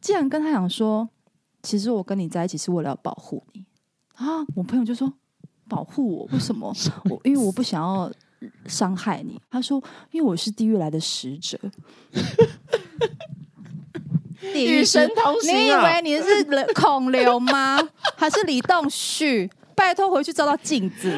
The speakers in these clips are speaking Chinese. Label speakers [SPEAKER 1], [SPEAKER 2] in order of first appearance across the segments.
[SPEAKER 1] 竟然跟他讲说，其实我跟你在一起是为了要保护你啊！我朋友就说保护我，为 什么？我因为我不想要伤害你。他说，因为我是地狱来的使 者。地
[SPEAKER 2] 与
[SPEAKER 1] 使
[SPEAKER 2] 神同行
[SPEAKER 1] 你以
[SPEAKER 2] 啊
[SPEAKER 1] 为你是人孔刘吗？ 还是李栋旭？拜托回去照照镜子。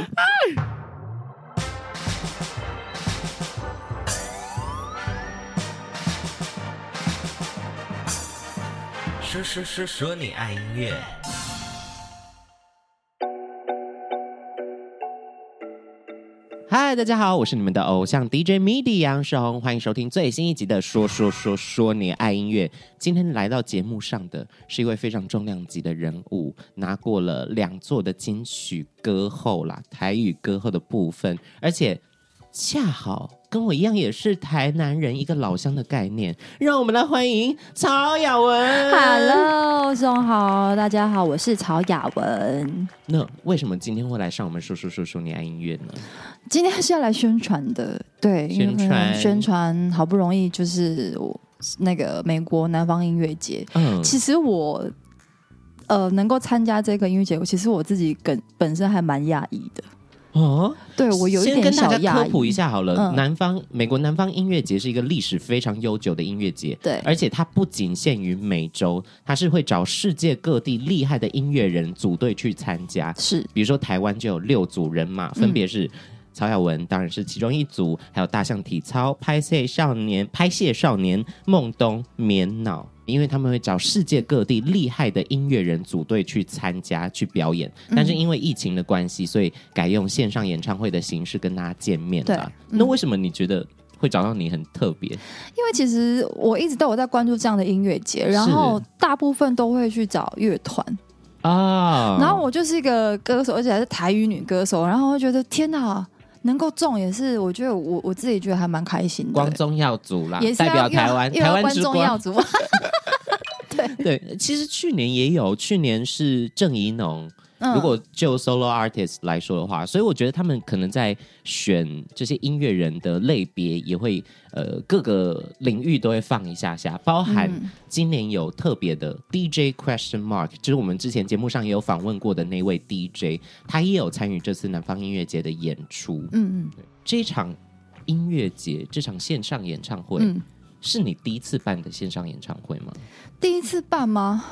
[SPEAKER 3] 说说说说你爱音乐。
[SPEAKER 2] 嗨，大家好，我是你们的偶像 DJ MIDI 杨世宏，欢迎收听最新一集的《说说说说你爱音乐》。今天来到节目上的是一位非常重量级的人物，拿过了两座的金曲歌后啦，台语歌后的部分，而且恰好跟我一样也是台南人，一个老乡的概念。让我们来欢迎曹雅文。
[SPEAKER 1] Hello，宋豪，大家好，我是曹雅文。
[SPEAKER 2] 那为什么今天会来上我们《说说说说你爱音乐》呢？
[SPEAKER 1] 今天是要来宣传的，对，因为
[SPEAKER 2] 宣传
[SPEAKER 1] 宣传，好不容易就是我那个美国南方音乐节。
[SPEAKER 2] 嗯，
[SPEAKER 1] 其实我呃能够参加这个音乐节，其实我自己本本身还蛮讶异的，
[SPEAKER 2] 哦。
[SPEAKER 1] 对我有一
[SPEAKER 2] 先
[SPEAKER 1] 点
[SPEAKER 2] 跟大
[SPEAKER 1] 小
[SPEAKER 2] 家科
[SPEAKER 1] 讶
[SPEAKER 2] 普
[SPEAKER 1] 异。
[SPEAKER 2] 一下好了，
[SPEAKER 1] 嗯
[SPEAKER 2] 南方美国南方音乐节是一个历史非常悠久的音乐节，
[SPEAKER 1] 对
[SPEAKER 2] 而且它不仅限于美洲，它是会找世界各地厉害的音乐人组队去参加，
[SPEAKER 1] 是
[SPEAKER 2] 比如说台湾就有六组人马，
[SPEAKER 1] 嗯
[SPEAKER 2] 分别是。曹雅文当然是其中一组，还有大象体操、拍戏少年、拍戏少年、孟东、棉脑，因为他们会找世界各地厉害的音乐人组队去参加去表演，
[SPEAKER 1] 嗯
[SPEAKER 2] 但是因为疫情的关系，所以改用线上演唱会的形式跟大家见面
[SPEAKER 1] 对
[SPEAKER 2] 了。
[SPEAKER 1] 嗯
[SPEAKER 2] 那为什么你觉得会找到你很特别？
[SPEAKER 1] 因为其实我一直都有在关注这样的音乐节，然后大部分都会去找乐团，
[SPEAKER 2] 啊？
[SPEAKER 1] 然后我就是一个歌手，而且还是台语女歌手，然后我就觉得天哪，能够中也是，我觉得我我自己觉得还蛮开心的。
[SPEAKER 2] 啊光宗耀祖啦
[SPEAKER 1] 也，是
[SPEAKER 2] 啊代
[SPEAKER 1] 要
[SPEAKER 2] 表
[SPEAKER 1] 又要
[SPEAKER 2] 台湾，
[SPEAKER 1] 又
[SPEAKER 2] 台
[SPEAKER 1] 要
[SPEAKER 2] 湾
[SPEAKER 1] 观
[SPEAKER 2] 之
[SPEAKER 1] 众
[SPEAKER 2] 光
[SPEAKER 1] 要。足。
[SPEAKER 2] 对，其实去年也有，去年是郑怡农。
[SPEAKER 1] 嗯
[SPEAKER 2] 如果就 solo artist 来说的话，所以我觉得他们可能在选这些音乐人的类别，也会呃各个领域都会放一下下，包含
[SPEAKER 1] 嗯
[SPEAKER 2] 今年有特别的 DJ question mark，就是我们之前节目上也有访问过的那位 DJ，他也有参与这次南方音乐节的演出。
[SPEAKER 1] 嗯
[SPEAKER 2] 这场音乐节，这场线上演唱会，
[SPEAKER 1] 嗯，
[SPEAKER 2] 是你第一次办的线上演唱会吗？
[SPEAKER 1] 第一次办吗？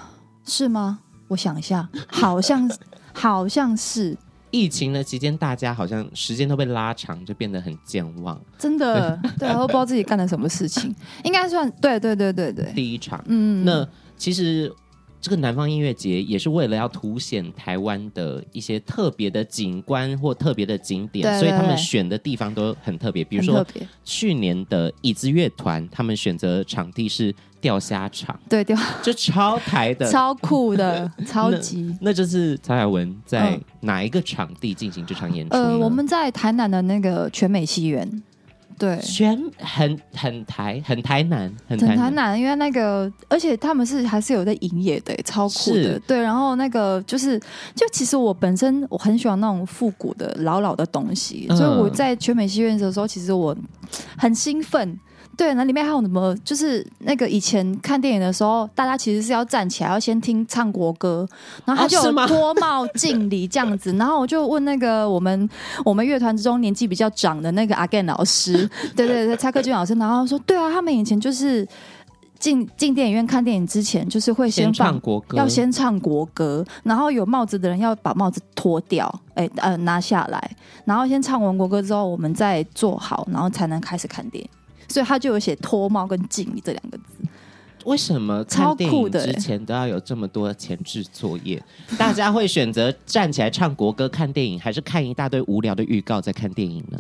[SPEAKER 1] 是吗？我想一下，好像 好像是
[SPEAKER 2] 疫情的期间，大家好像时间都被拉长，就变得很健忘。
[SPEAKER 1] 真的，对啊，都不知道自己干了什么事 情，应该算对对对对对，
[SPEAKER 2] 第一场，
[SPEAKER 1] 嗯，
[SPEAKER 2] 那其实这个南方音乐节也是为了要凸显台湾的一些特别的景观或特别的景点，
[SPEAKER 1] 对对
[SPEAKER 2] 所以他们
[SPEAKER 1] 对
[SPEAKER 2] 选的地方都很特别。比
[SPEAKER 1] 比
[SPEAKER 2] 如说
[SPEAKER 1] 特别，
[SPEAKER 2] 去年的椅子乐团，他们选择场地是钓虾 场，
[SPEAKER 1] 对对，
[SPEAKER 2] 就超台的。
[SPEAKER 1] 超酷 的，超级。
[SPEAKER 2] 那就是曹雅文在
[SPEAKER 1] 嗯
[SPEAKER 2] 哪一个场地进行这场演出呢？
[SPEAKER 1] 呃，我们在台南的那个全美戏园，对，
[SPEAKER 2] 全很很台很台南很
[SPEAKER 1] 整
[SPEAKER 2] 台
[SPEAKER 1] 台
[SPEAKER 2] 南
[SPEAKER 1] 南，啊因为那个，而且他们是还是有在营业的，超酷的
[SPEAKER 2] 是。
[SPEAKER 1] 对，然后那个就是，就其实我本身我很喜欢那种复古的老老的东西，
[SPEAKER 2] 嗯
[SPEAKER 1] 所以我在全美戏院的时候，其实我很兴奋。对，那里面还有什么？就是那个以前看电影的时候，大家其实是要站起来，要先听唱国歌，然后他
[SPEAKER 2] 哦
[SPEAKER 1] 就是
[SPEAKER 2] 吗
[SPEAKER 1] 有脱帽敬礼这样子。然后我就问那个我们我们乐团之中年纪比较长的那个阿干老师，对对对，蔡克俊老师，然后说，对啊，他们以前就是进进电影院看电影之前，就是会
[SPEAKER 2] 先
[SPEAKER 1] 放
[SPEAKER 2] 唱。国歌，
[SPEAKER 1] 要先唱国歌，然后有帽子的人要把帽子脱掉，哎、呃拿下来，然后先唱完国歌之后，我们再坐好，然后才能开始看电影。所以他就有写脱帽跟敬礼这两个字，
[SPEAKER 2] 为什么
[SPEAKER 1] 超
[SPEAKER 2] 看
[SPEAKER 1] 酷
[SPEAKER 2] 电
[SPEAKER 1] 的欸
[SPEAKER 2] 影之前都要有这么多前置作业？大家会选择站起来唱国歌看电影，还是看一大堆无聊的预告再看电影呢？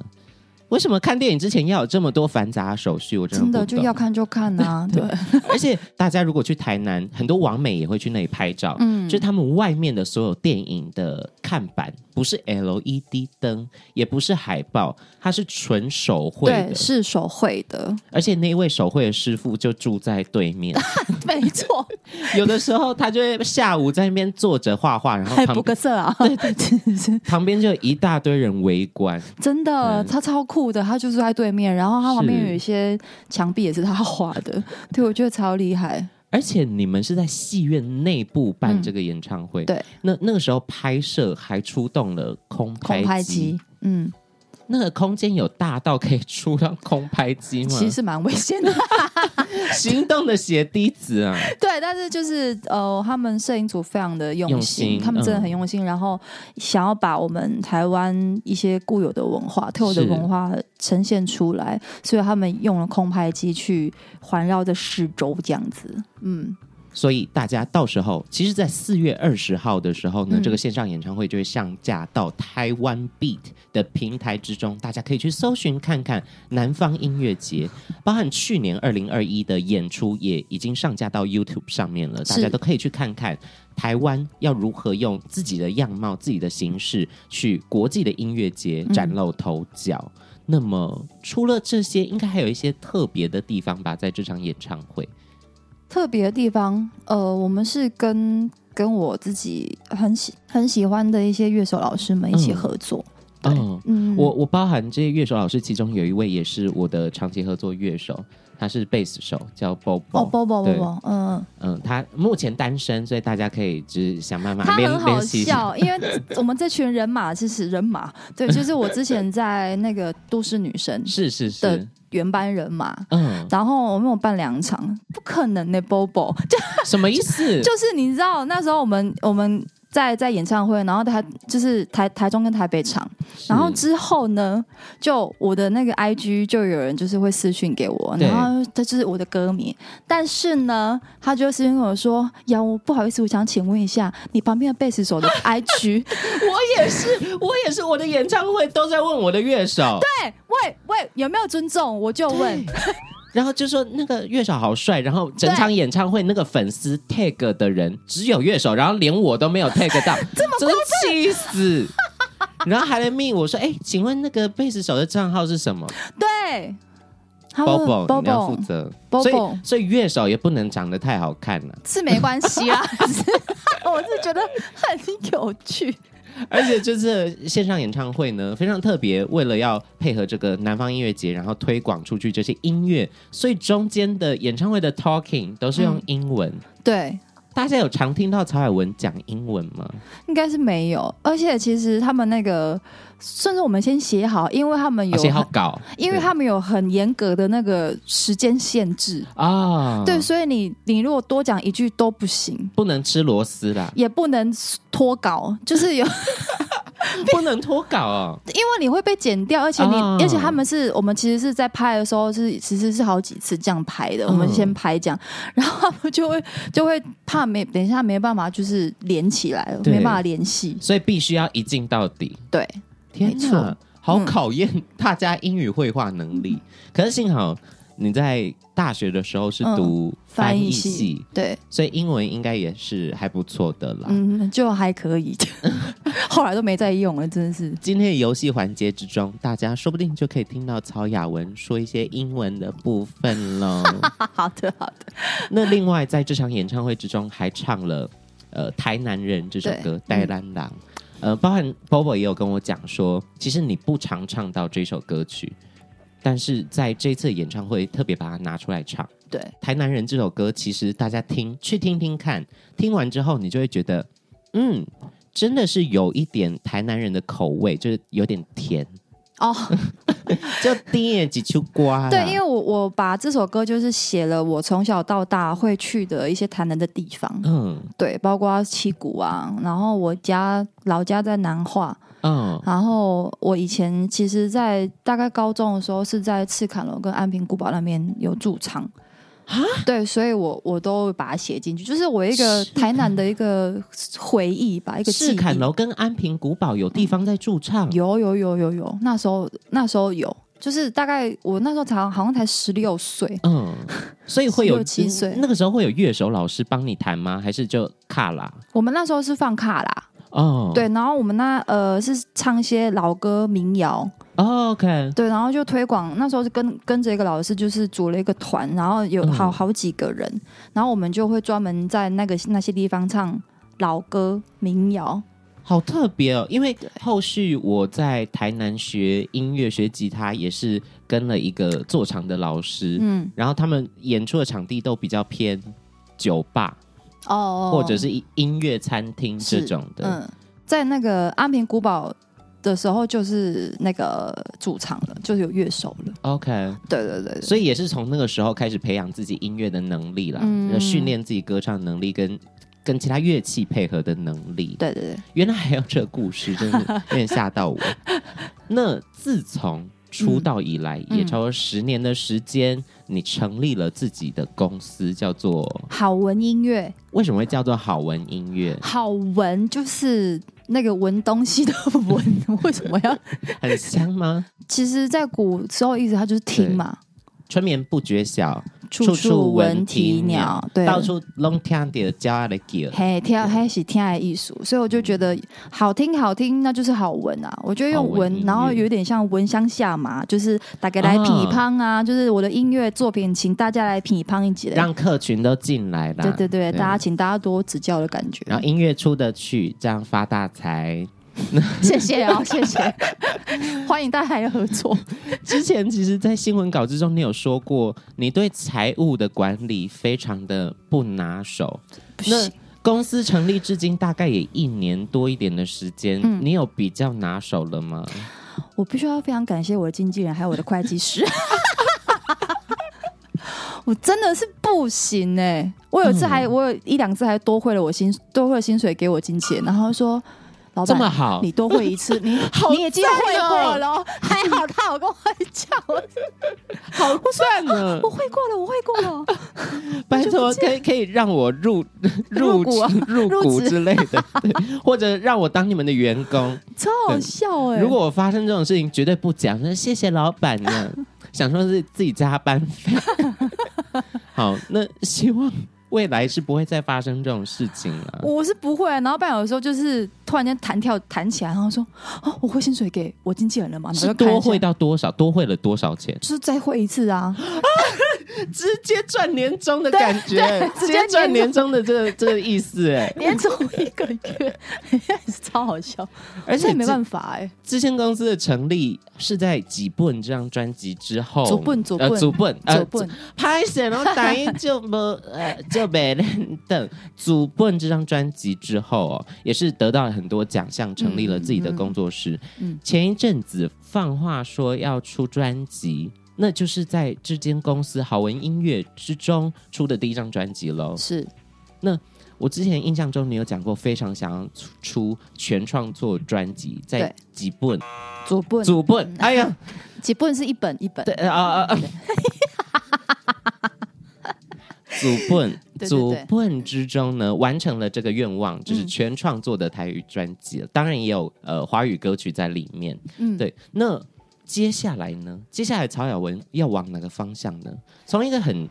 [SPEAKER 2] 为什么看电影之前要有这么多繁杂手续？我真的
[SPEAKER 1] 真的
[SPEAKER 2] 不懂
[SPEAKER 1] 就要看就看啊，对，
[SPEAKER 2] 而且大家如果去台南，很多网美也会去那里拍照。
[SPEAKER 1] 嗯
[SPEAKER 2] 就是他们外面的所有电影的看板，不是 LED 灯，也不是海报，它是纯手绘
[SPEAKER 1] 对，
[SPEAKER 2] 的。
[SPEAKER 1] 是手绘的，
[SPEAKER 2] 而且那一位手绘的师傅就住在对面，
[SPEAKER 1] 没错，
[SPEAKER 2] 有的时候他就会下午在那边坐着画画，然后
[SPEAKER 1] 还
[SPEAKER 2] 旁
[SPEAKER 1] 不个色啊，对对 对，
[SPEAKER 2] 旁边就有一大堆人围观。
[SPEAKER 1] 真的，
[SPEAKER 2] 嗯
[SPEAKER 1] 他超酷的，他就住在对面，然后他旁边
[SPEAKER 2] 是
[SPEAKER 1] 有一些墙壁也是他画的，对我觉得超厉害。
[SPEAKER 2] 而且你们是在戏院内部办这个演唱会，
[SPEAKER 1] 对，
[SPEAKER 2] 那那个时候拍摄还出动了空拍
[SPEAKER 1] 空拍机，嗯，
[SPEAKER 2] 那个空间有大到可以出到空拍机吗？
[SPEAKER 1] 其实是蛮危险 的。
[SPEAKER 2] 行动的血滴子啊，
[SPEAKER 1] 对，但是就是呃，他们摄影组非常的用心，
[SPEAKER 2] 用心嗯
[SPEAKER 1] 他们真的很用心，然后想要把我们台湾一些固有的文化、特有的
[SPEAKER 2] 是
[SPEAKER 1] 文化呈现出来，所以他们用了空拍机去环绕着四周这样子。嗯，
[SPEAKER 2] 所以大家到时候，其实，在四月二十号的时候呢，
[SPEAKER 1] 嗯
[SPEAKER 2] 这个线上演唱会就会上架到台湾 Beat 的平台之中，大家可以去搜寻看看南方音乐节，包含去年二零二一的演出也已经上架到 YouTube 上面了，大
[SPEAKER 1] 是
[SPEAKER 2] 家都可以去看看台湾要如何用自己的样貌、自己的形式去国际的音乐节
[SPEAKER 1] 嗯
[SPEAKER 2] 崭露头角。那么，除了这些，应该还有一些特别的地方吧，在这场演唱会。
[SPEAKER 1] 特别的地方，呃，我们是跟跟我自己很喜很喜欢的一些乐手老师们一起
[SPEAKER 2] 嗯
[SPEAKER 1] 合作。对
[SPEAKER 2] 嗯，
[SPEAKER 1] 嗯，
[SPEAKER 2] 我我包含这些乐手老师，其中有一位也是我的长期合作乐手，他是贝斯手，叫 Bobo。
[SPEAKER 1] 哦，包包包
[SPEAKER 2] 对
[SPEAKER 1] 包，嗯，
[SPEAKER 2] 嗯，他目前单身，所以大家可以就是想办
[SPEAKER 1] 他
[SPEAKER 2] 法
[SPEAKER 1] 很
[SPEAKER 2] 联
[SPEAKER 1] 好
[SPEAKER 2] 联系一下。
[SPEAKER 1] 笑，因为我们这群人马其实人马， 对，就是我之前在那个都市女神
[SPEAKER 2] 是是
[SPEAKER 1] 的
[SPEAKER 2] 是，
[SPEAKER 1] 原班人马。
[SPEAKER 2] 嗯，
[SPEAKER 1] 然后我们有办两场，不可能呢、b o b o 就
[SPEAKER 2] 什么意思？
[SPEAKER 1] 就是你知道那时候我们我们在在演唱会，然后台就是台台中跟台北场，
[SPEAKER 2] 是
[SPEAKER 1] 然后之后呢，就我的那个 IG 就有人就是会私讯给我，
[SPEAKER 2] 对
[SPEAKER 1] 然后他就是我的歌迷，但是呢，他就私信跟我说：“杨，我不好意思，我想请问一下你旁边的贝斯手 的 IG。
[SPEAKER 2] 我也是，我也是，我的演唱会都在问我的乐手，对，
[SPEAKER 1] 喂喂喂，有没有尊重？我就问，
[SPEAKER 2] 然后就说那个乐手好帅，然后整场演唱会那个粉丝 tag 的人只有乐手，然后连我都没有 tag 到，这么真气死。然后还来密我说，哎、请问那个贝斯手的账号是什么？
[SPEAKER 1] 对。他问
[SPEAKER 2] Bobo，你要负
[SPEAKER 1] Bobo
[SPEAKER 2] 责。
[SPEAKER 1] Bobo
[SPEAKER 2] 所以所以乐手也不能长得太好看了、
[SPEAKER 1] 是没关系 啦，只是我是觉得很有趣。
[SPEAKER 2] 而且这次线上演唱会呢，非常特别，为了要配合这个南方音乐节，然后推广出去这些音乐，所以中间的演唱会的 talking 都是用
[SPEAKER 1] 嗯
[SPEAKER 2] 英文。
[SPEAKER 1] 对，
[SPEAKER 2] 大家有常听到曹海文讲英文吗？
[SPEAKER 1] 应该是没有。而且其实他们那个，甚至我们先啊写好，因为他们有
[SPEAKER 2] 而且好
[SPEAKER 1] 很
[SPEAKER 2] 搞，
[SPEAKER 1] 因为他们有很严格的那个时间限制，
[SPEAKER 2] 啊，
[SPEAKER 1] 对，所以你你如果多讲一句都不行，，
[SPEAKER 2] 不能吃螺丝啦
[SPEAKER 1] 也不能脱稿，就是有，因
[SPEAKER 2] 不能脱稿哦。
[SPEAKER 1] 为你会被剪掉，而且你，
[SPEAKER 2] 啊
[SPEAKER 1] 而且他们是我们其实是在拍的时候是其实是好几次这样拍的，我们
[SPEAKER 2] 嗯
[SPEAKER 1] 先拍这样， 然后他们就会就会怕没等一下没办法就是连起来了，
[SPEAKER 2] 对
[SPEAKER 1] 没办法联系，
[SPEAKER 2] 所以必须要一镜到底。
[SPEAKER 1] 对，
[SPEAKER 2] 天
[SPEAKER 1] 没
[SPEAKER 2] 哪
[SPEAKER 1] 错，
[SPEAKER 2] 好
[SPEAKER 1] 嗯
[SPEAKER 2] 考验大家英语绘画能力。可是幸好你在大学的时候是
[SPEAKER 1] 嗯
[SPEAKER 2] 读翻
[SPEAKER 1] 翻
[SPEAKER 2] 译
[SPEAKER 1] 译
[SPEAKER 2] 系，
[SPEAKER 1] 系，对，
[SPEAKER 2] 所以英文应该也是还不错的啦。
[SPEAKER 1] 嗯，就还可以， 后来都没再用了，真的是。
[SPEAKER 2] 今天的游戏环节之中，大家说不定就可以听到曹雅文说一些英文的部分喽。
[SPEAKER 1] 好的，好的，
[SPEAKER 2] 那另外，在这场演唱会之中，还唱了呃《台南人》这首歌《
[SPEAKER 1] 对
[SPEAKER 2] 戴
[SPEAKER 1] 嗯
[SPEAKER 2] 兰郎》。呃，包含 Bobo 也有跟我讲说，其实你不常唱到这首歌曲，但是在这次演唱会特别把它拿出来唱。
[SPEAKER 1] 对，
[SPEAKER 2] 《台南人》这首歌，其实大家听去听听看，听完之后你就会觉得，嗯，真的是有一点台南人的口味，就是有点甜，
[SPEAKER 1] 哦、
[SPEAKER 2] 就滴几秋瓜啦。
[SPEAKER 1] 对，因为我我把这首歌就是写了我从小到大会去的一些台南的地方，
[SPEAKER 2] 嗯
[SPEAKER 1] 对，包括七股啊，然后我家老家在南化，
[SPEAKER 2] 嗯
[SPEAKER 1] 然后我以前其实，在大概高中的时候是在赤坎楼跟安平古堡那边有驻唱
[SPEAKER 2] 啊
[SPEAKER 1] 对，所以我我都把它写进去，就是我一个台南的一个回忆吧，一个记
[SPEAKER 2] 赤
[SPEAKER 1] 忆。
[SPEAKER 2] 坎楼跟安平古堡有地方在驻唱，
[SPEAKER 1] 有有有有有，那时候那时候有，就是大概我那时候才好像才十六岁，
[SPEAKER 2] 嗯，所以会
[SPEAKER 1] 16
[SPEAKER 2] 有
[SPEAKER 1] 17岁
[SPEAKER 2] 那个时候会有乐手老师帮你弹吗？还是就卡拉？
[SPEAKER 1] 我们那时候是放卡啦。
[SPEAKER 2] 哦，
[SPEAKER 1] 对，然后我们那呃是唱一些老歌民谣，
[SPEAKER 2] 哦，OK，
[SPEAKER 1] 对，然后就推广。那时候是跟跟着一个老师，就是组了一个团，然后有
[SPEAKER 2] 嗯
[SPEAKER 1] 好好几个人，然后我们就会专门在那个那些地方唱老歌民谣。
[SPEAKER 2] 好特别哦，因为后续我在台南学音乐、学吉他，也是跟了一个做场的老师，
[SPEAKER 1] 嗯，
[SPEAKER 2] 然后他们演出的场地都比较偏酒吧
[SPEAKER 1] 哦，
[SPEAKER 2] 或者是音音乐餐厅这种的。
[SPEAKER 1] 嗯，在那个安平古堡的时候，就是那个驻场了，就是有乐手了。
[SPEAKER 2] OK，
[SPEAKER 1] 对对对对，
[SPEAKER 2] 所以也是从那个时候开始培养自己音乐的能力啦，
[SPEAKER 1] 嗯
[SPEAKER 2] 训练自己歌唱能力跟跟其他乐器配合的能力。
[SPEAKER 1] 对对对，
[SPEAKER 2] 原来还有这个故 事，真的有点吓到我。那自从出道以来，
[SPEAKER 1] 嗯
[SPEAKER 2] 也超过十年的时间，你成立了自己的公司，叫做
[SPEAKER 1] 好文音乐，？
[SPEAKER 2] 为什么会叫做好文音乐
[SPEAKER 1] 好文就是那个文东西的文，为什么要？
[SPEAKER 2] 很香 吗？
[SPEAKER 1] 其实，在古时候意思它就是听嘛，
[SPEAKER 2] 春眠不觉晓，
[SPEAKER 1] 处
[SPEAKER 2] 处
[SPEAKER 1] 闻啼
[SPEAKER 2] 啼
[SPEAKER 1] 鸟，对，
[SPEAKER 2] 到处拢听到鸟的叫。
[SPEAKER 1] 嘿，跳嘿是天爱艺术，所以我就觉得好听好听，那就是好闻啊！我觉得用
[SPEAKER 2] 好闻
[SPEAKER 1] 闻，
[SPEAKER 2] 音乐
[SPEAKER 1] 然后有点像闻香下马，就是大家来
[SPEAKER 2] 啊
[SPEAKER 1] 批判啊，就是我的音乐作品，请大家来批判一起来。
[SPEAKER 2] 让客群都进来啦。
[SPEAKER 1] 对对对，大家请大家多指教的感觉。
[SPEAKER 2] 然后音乐出得去，这样发大财。
[SPEAKER 1] 谢谢啊，谢谢， 欢迎大家来合作。
[SPEAKER 2] 之前其实，在新闻稿之中，你有说过，你对财务的管理非常的不拿手。那
[SPEAKER 1] 行
[SPEAKER 2] 公司成立至今大概也一年多一点的时间，
[SPEAKER 1] 嗯
[SPEAKER 2] 你有比较拿手了吗？
[SPEAKER 1] 我必须要非常感谢我的经纪人还有我的会计师。 我真的是不行哎、我有一次还、
[SPEAKER 2] 嗯
[SPEAKER 1] 我有一两次还多汇了我薪多汇了薪水给我经纪人，然后说老
[SPEAKER 2] 这么
[SPEAKER 1] 板。
[SPEAKER 2] 好
[SPEAKER 1] 你，多汇一次，你、你已经汇过了哦，还好他有跟我讲，我
[SPEAKER 2] 好赚呢
[SPEAKER 1] 我！汇过了，我汇过了，
[SPEAKER 2] 拜托，可以可以让我入入
[SPEAKER 1] 入股啊
[SPEAKER 2] 入
[SPEAKER 1] 入
[SPEAKER 2] 股
[SPEAKER 1] 职
[SPEAKER 2] 之类的，对或者让我当你们的员工。
[SPEAKER 1] 超好笑哎、
[SPEAKER 2] 如果我发生这种事情，绝对不讲，说谢谢老板 呢，想说是自己加班费。 好，那希望未来是不会再发生这种事情了。
[SPEAKER 1] 我是不会、啊，然后办有时候就是突然间弹跳弹起来，然后说哦，我汇薪水给我经纪人了嘛，然后
[SPEAKER 2] 是
[SPEAKER 1] 就看一
[SPEAKER 2] 多
[SPEAKER 1] 下
[SPEAKER 2] 汇，到多少？多汇了多少钱？
[SPEAKER 1] 就是再汇一次啊，
[SPEAKER 2] 直接赚年终的感觉， 直
[SPEAKER 1] 直接
[SPEAKER 2] 接赚年
[SPEAKER 1] 年
[SPEAKER 2] 终的这个这个意思哎。
[SPEAKER 1] 连走一个月，是超好笑，
[SPEAKER 2] 而且
[SPEAKER 1] 没
[SPEAKER 2] 之
[SPEAKER 1] 办法哎、
[SPEAKER 2] 之前公司的成立是在《几本》这张专辑之后，
[SPEAKER 1] 祖本祖
[SPEAKER 2] 呃
[SPEAKER 1] 本
[SPEAKER 2] 祖本呃
[SPEAKER 1] 走笨，
[SPEAKER 2] 拍摄，然后打印就没 呃就没人等。祖笨这张专辑之后哦，也是得到了很多奖项，成立了自己的工作室。
[SPEAKER 1] 嗯嗯
[SPEAKER 2] 前一阵子放话说要出专辑，那就是在这间公司好文音乐之中出的第一张专辑喽。
[SPEAKER 1] 是
[SPEAKER 2] 我之前印象中你有讲过，非常想要出出全创作专辑，在
[SPEAKER 1] 对
[SPEAKER 2] 几本
[SPEAKER 1] 左笨，
[SPEAKER 2] 祖笨，哎呀，
[SPEAKER 1] 几笨是一本一本，
[SPEAKER 2] 对呃啊啊啊！ 祖笨，
[SPEAKER 1] 对对对嗯
[SPEAKER 2] 祖笨之中呢，完成了这个愿望，就是全创作的台语专辑，当然也有呃华语歌曲在里面。
[SPEAKER 1] 嗯，
[SPEAKER 2] 对，那接下来呢？接下来曹雅文要往哪个方向呢？从一个很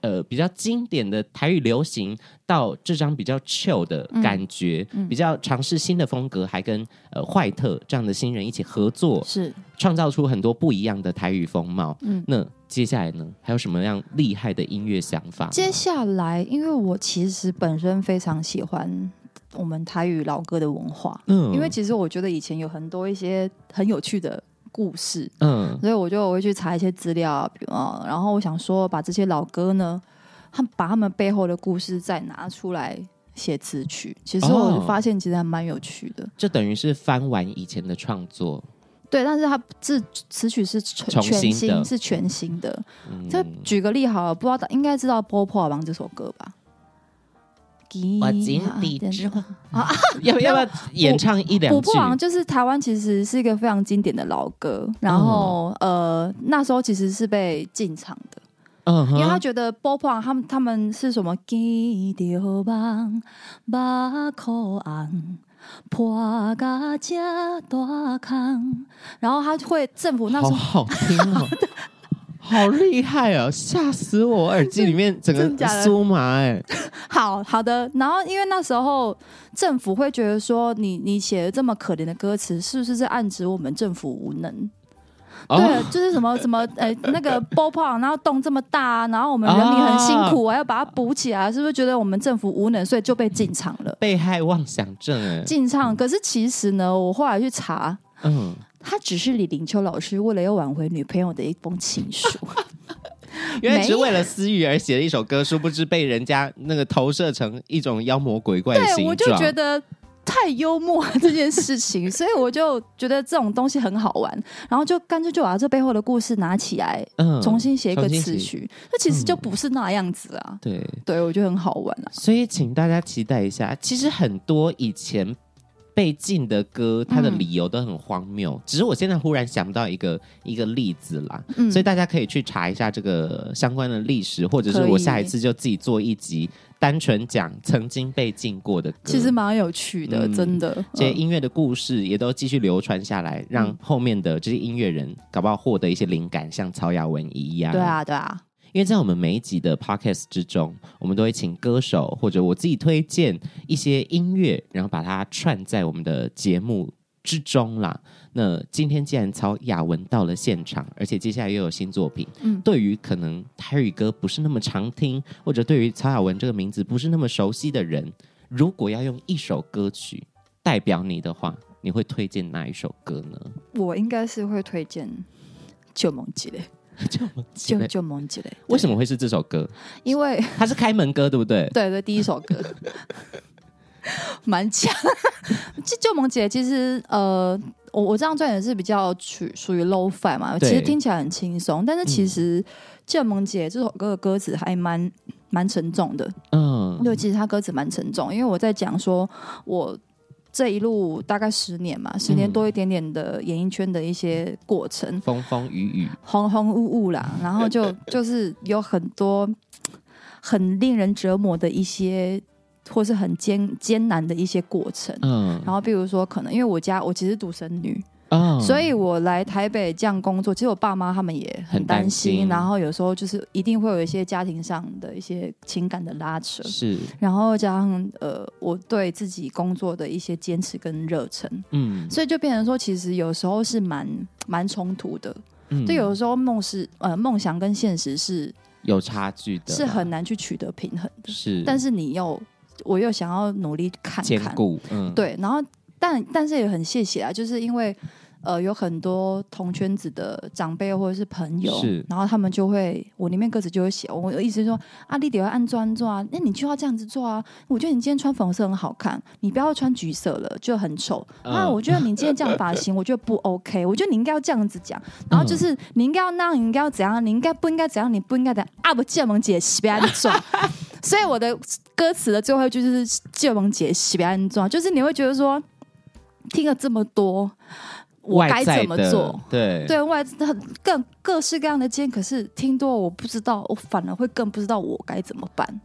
[SPEAKER 2] 呃比较经典的台语流行，到这张比较 chill 的
[SPEAKER 1] 嗯
[SPEAKER 2] 感觉，比较尝试新的风格，还跟呃坏特这样的新人一起合作，
[SPEAKER 1] 是
[SPEAKER 2] 创造出很多不一样的台语风貌。
[SPEAKER 1] 嗯
[SPEAKER 2] 那接下来呢，还有什么样厉害的音乐想法？
[SPEAKER 1] 接下来，因为我其实本身非常喜欢我们台语老歌的文化，
[SPEAKER 2] 嗯
[SPEAKER 1] 因为其实我觉得以前有很多一些很有趣的故事，
[SPEAKER 2] 嗯，
[SPEAKER 1] 所以我就我会去查一些资料啊，比如啊，然后我想说把这些老歌呢，他们把他们背后的故事再拿出来写词曲。其实
[SPEAKER 2] 哦
[SPEAKER 1] 我发现其实还蛮有趣的，
[SPEAKER 2] 这等于是翻完以前的创 作。
[SPEAKER 1] 对。但是它是词曲是全
[SPEAKER 2] 重新的
[SPEAKER 1] 全新，是全新的。
[SPEAKER 2] 嗯
[SPEAKER 1] 这、举个例好了，不知道大应该知道《波破王》这首歌吧？
[SPEAKER 2] 我井底之蛙，要不要不要演唱一两
[SPEAKER 1] 琥
[SPEAKER 2] 句
[SPEAKER 1] 珀？王就是台湾其实是一个非常经典的老歌，然后、呃那时候其实是被禁唱的，
[SPEAKER 2] 嗯
[SPEAKER 1] 因为他
[SPEAKER 2] 哼，
[SPEAKER 1] 觉得波波他们他们是什么？见着梦，目哭红，破甲这大空。然后他会政府那时候、
[SPEAKER 2] 好好听 哦，好厉害哦，吓死我！耳机里面整
[SPEAKER 1] 真
[SPEAKER 2] 个
[SPEAKER 1] 假的
[SPEAKER 2] 酥麻 哎，
[SPEAKER 1] 好好的，然后因为那时候政府会觉得说你你写的这么可怜的歌词，是不是在暗指我们政府无能？
[SPEAKER 2] 哦，
[SPEAKER 1] 对，就是什么什么呃那个波泡，然后洞这么大、啊然后我们人民很辛苦啊，要把它补起来，是不是觉得我们政府无能，所以就被禁唱了？
[SPEAKER 2] 被害妄想症哎，
[SPEAKER 1] 禁唱。可是其实呢，我后来去查，
[SPEAKER 2] 嗯，
[SPEAKER 1] 他只是李林秋老师为了要挽回女朋友的一封情书。
[SPEAKER 2] 原来只为了私欲而写了一首歌，殊不知被人家那个投射成一种妖魔鬼怪的形
[SPEAKER 1] 对，
[SPEAKER 2] 状。
[SPEAKER 1] 我就觉得太幽默了这件事情， 所以我就觉得这种东西很好玩，然后就干脆就把这背后的故事拿起来，
[SPEAKER 2] 嗯
[SPEAKER 1] 重新写一个
[SPEAKER 2] 重新
[SPEAKER 1] 词
[SPEAKER 2] 写嗯
[SPEAKER 1] 曲，那其实就不是那样子啊。
[SPEAKER 2] 对，
[SPEAKER 1] 对，我觉得很好玩啊。
[SPEAKER 2] 所以请大家期待一下。其实很多以前被禁的歌，它的
[SPEAKER 1] 嗯
[SPEAKER 2] 理由都很荒谬。只是我现在忽然想不到一个一个例子啦，
[SPEAKER 1] 嗯，
[SPEAKER 2] 所以大家可以去查一下这个相关的历史，或者是
[SPEAKER 1] 可以
[SPEAKER 2] 我下一次就自己做一集，单纯讲曾经被禁过的歌。
[SPEAKER 1] 其实蛮有趣的，
[SPEAKER 2] 嗯
[SPEAKER 1] 真的。
[SPEAKER 2] 这些
[SPEAKER 1] 嗯
[SPEAKER 2] 音乐的故事也都继续流传下来，让后面的这些音乐人搞不好获得一些灵感，像曹雅文一样。
[SPEAKER 1] 对，啊，对啊，
[SPEAKER 2] 因为在我们每一集的 podcast 之中，我们都会请歌手或者我自己推荐一些音乐，然后把它串在我们的节目之中啦。那今天既然曹雅文到了现场，而且接下来又有新作品，
[SPEAKER 1] 嗯
[SPEAKER 2] 对于可能台语歌不是那么常听，或者对于曹雅文这个名字不是那么熟悉的人，如果要用一首歌曲代表你的话，你会推荐哪一首歌呢？
[SPEAKER 1] 我应该是会推荐《旧梦记》 嘞，
[SPEAKER 2] 记
[SPEAKER 1] 《
[SPEAKER 2] 得
[SPEAKER 1] 旧旧梦记》嘞。
[SPEAKER 2] 为什么会是这首歌？
[SPEAKER 1] 因为
[SPEAKER 2] 它是开门歌，对不对？
[SPEAKER 1] 对对，第一首歌蛮强。 这旧萌姐其实呃，我我这张专辑是比较属属于 low fi 嘛，其
[SPEAKER 2] 对嗯
[SPEAKER 1] 实听起来很轻松，但是其实旧萌姐这首歌的歌词还蛮蛮沉重的。
[SPEAKER 2] 嗯，
[SPEAKER 1] 对，其实它歌词蛮沉重，因为我在讲说我。这一路大概十年嘛，十年
[SPEAKER 2] 嗯
[SPEAKER 1] 多一点点的演艺圈的一些过程，
[SPEAKER 2] 风风雨雨，
[SPEAKER 1] 红红雾雾 啦，然后就就是有很多很令人折磨的一些，或是很艰艰难的一些过程。
[SPEAKER 2] 嗯
[SPEAKER 1] 然后，比如说，可能因为我家我其实独生女，
[SPEAKER 2] 嗯
[SPEAKER 1] 所以我来台北这样工作，其实我爸妈他们也
[SPEAKER 2] 很
[SPEAKER 1] 很担
[SPEAKER 2] 担心
[SPEAKER 1] 心。然后有时候就是一定会有一些家庭上的一些情感的拉扯，
[SPEAKER 2] 是
[SPEAKER 1] 然后加上呃，我对自己工作的一些坚持跟热忱，
[SPEAKER 2] 嗯，
[SPEAKER 1] 所以就变成说，其实有时候是蛮蛮冲突的。
[SPEAKER 2] 嗯
[SPEAKER 1] 就有的时候梦是呃梦想跟现实是
[SPEAKER 2] 有差距的啦，
[SPEAKER 1] 是很难去取得平衡的，
[SPEAKER 2] 是，
[SPEAKER 1] 但
[SPEAKER 2] 是
[SPEAKER 1] 是你又我又想要努力看
[SPEAKER 2] 兼
[SPEAKER 1] 看，
[SPEAKER 2] 顾，嗯，
[SPEAKER 1] 对，然后但但是也很谢谢啊，就是因为呃有很多同圈子的长辈或者是朋友
[SPEAKER 2] 是，
[SPEAKER 1] 然后他们就会我里面歌词就会写，我我意思是说啊，你得要按专做啊，那你就要这样子做啊，我觉得你今天穿粉红色很好看，你不要穿橘色了，就很丑。
[SPEAKER 2] 嗯
[SPEAKER 1] 那我觉得你今天这样发型，我觉得不 OK，我觉得你应该要这样子讲，然后
[SPEAKER 2] 嗯
[SPEAKER 1] 就是你应该要那样，你应该要怎样，你应该不应该怎样，你不应该怎样啊！不，建萌姐西边安装。 所以我的歌词的最后一句就是“建萌姐西边安装”，就是你会觉得说，听了这么多，我
[SPEAKER 2] 外
[SPEAKER 1] 该
[SPEAKER 2] 在
[SPEAKER 1] 怎么
[SPEAKER 2] 的
[SPEAKER 1] 做？？
[SPEAKER 2] 对
[SPEAKER 1] 对外很更各式各样的建议，可是听多了我不知道，我反而会更不知道我该怎么办。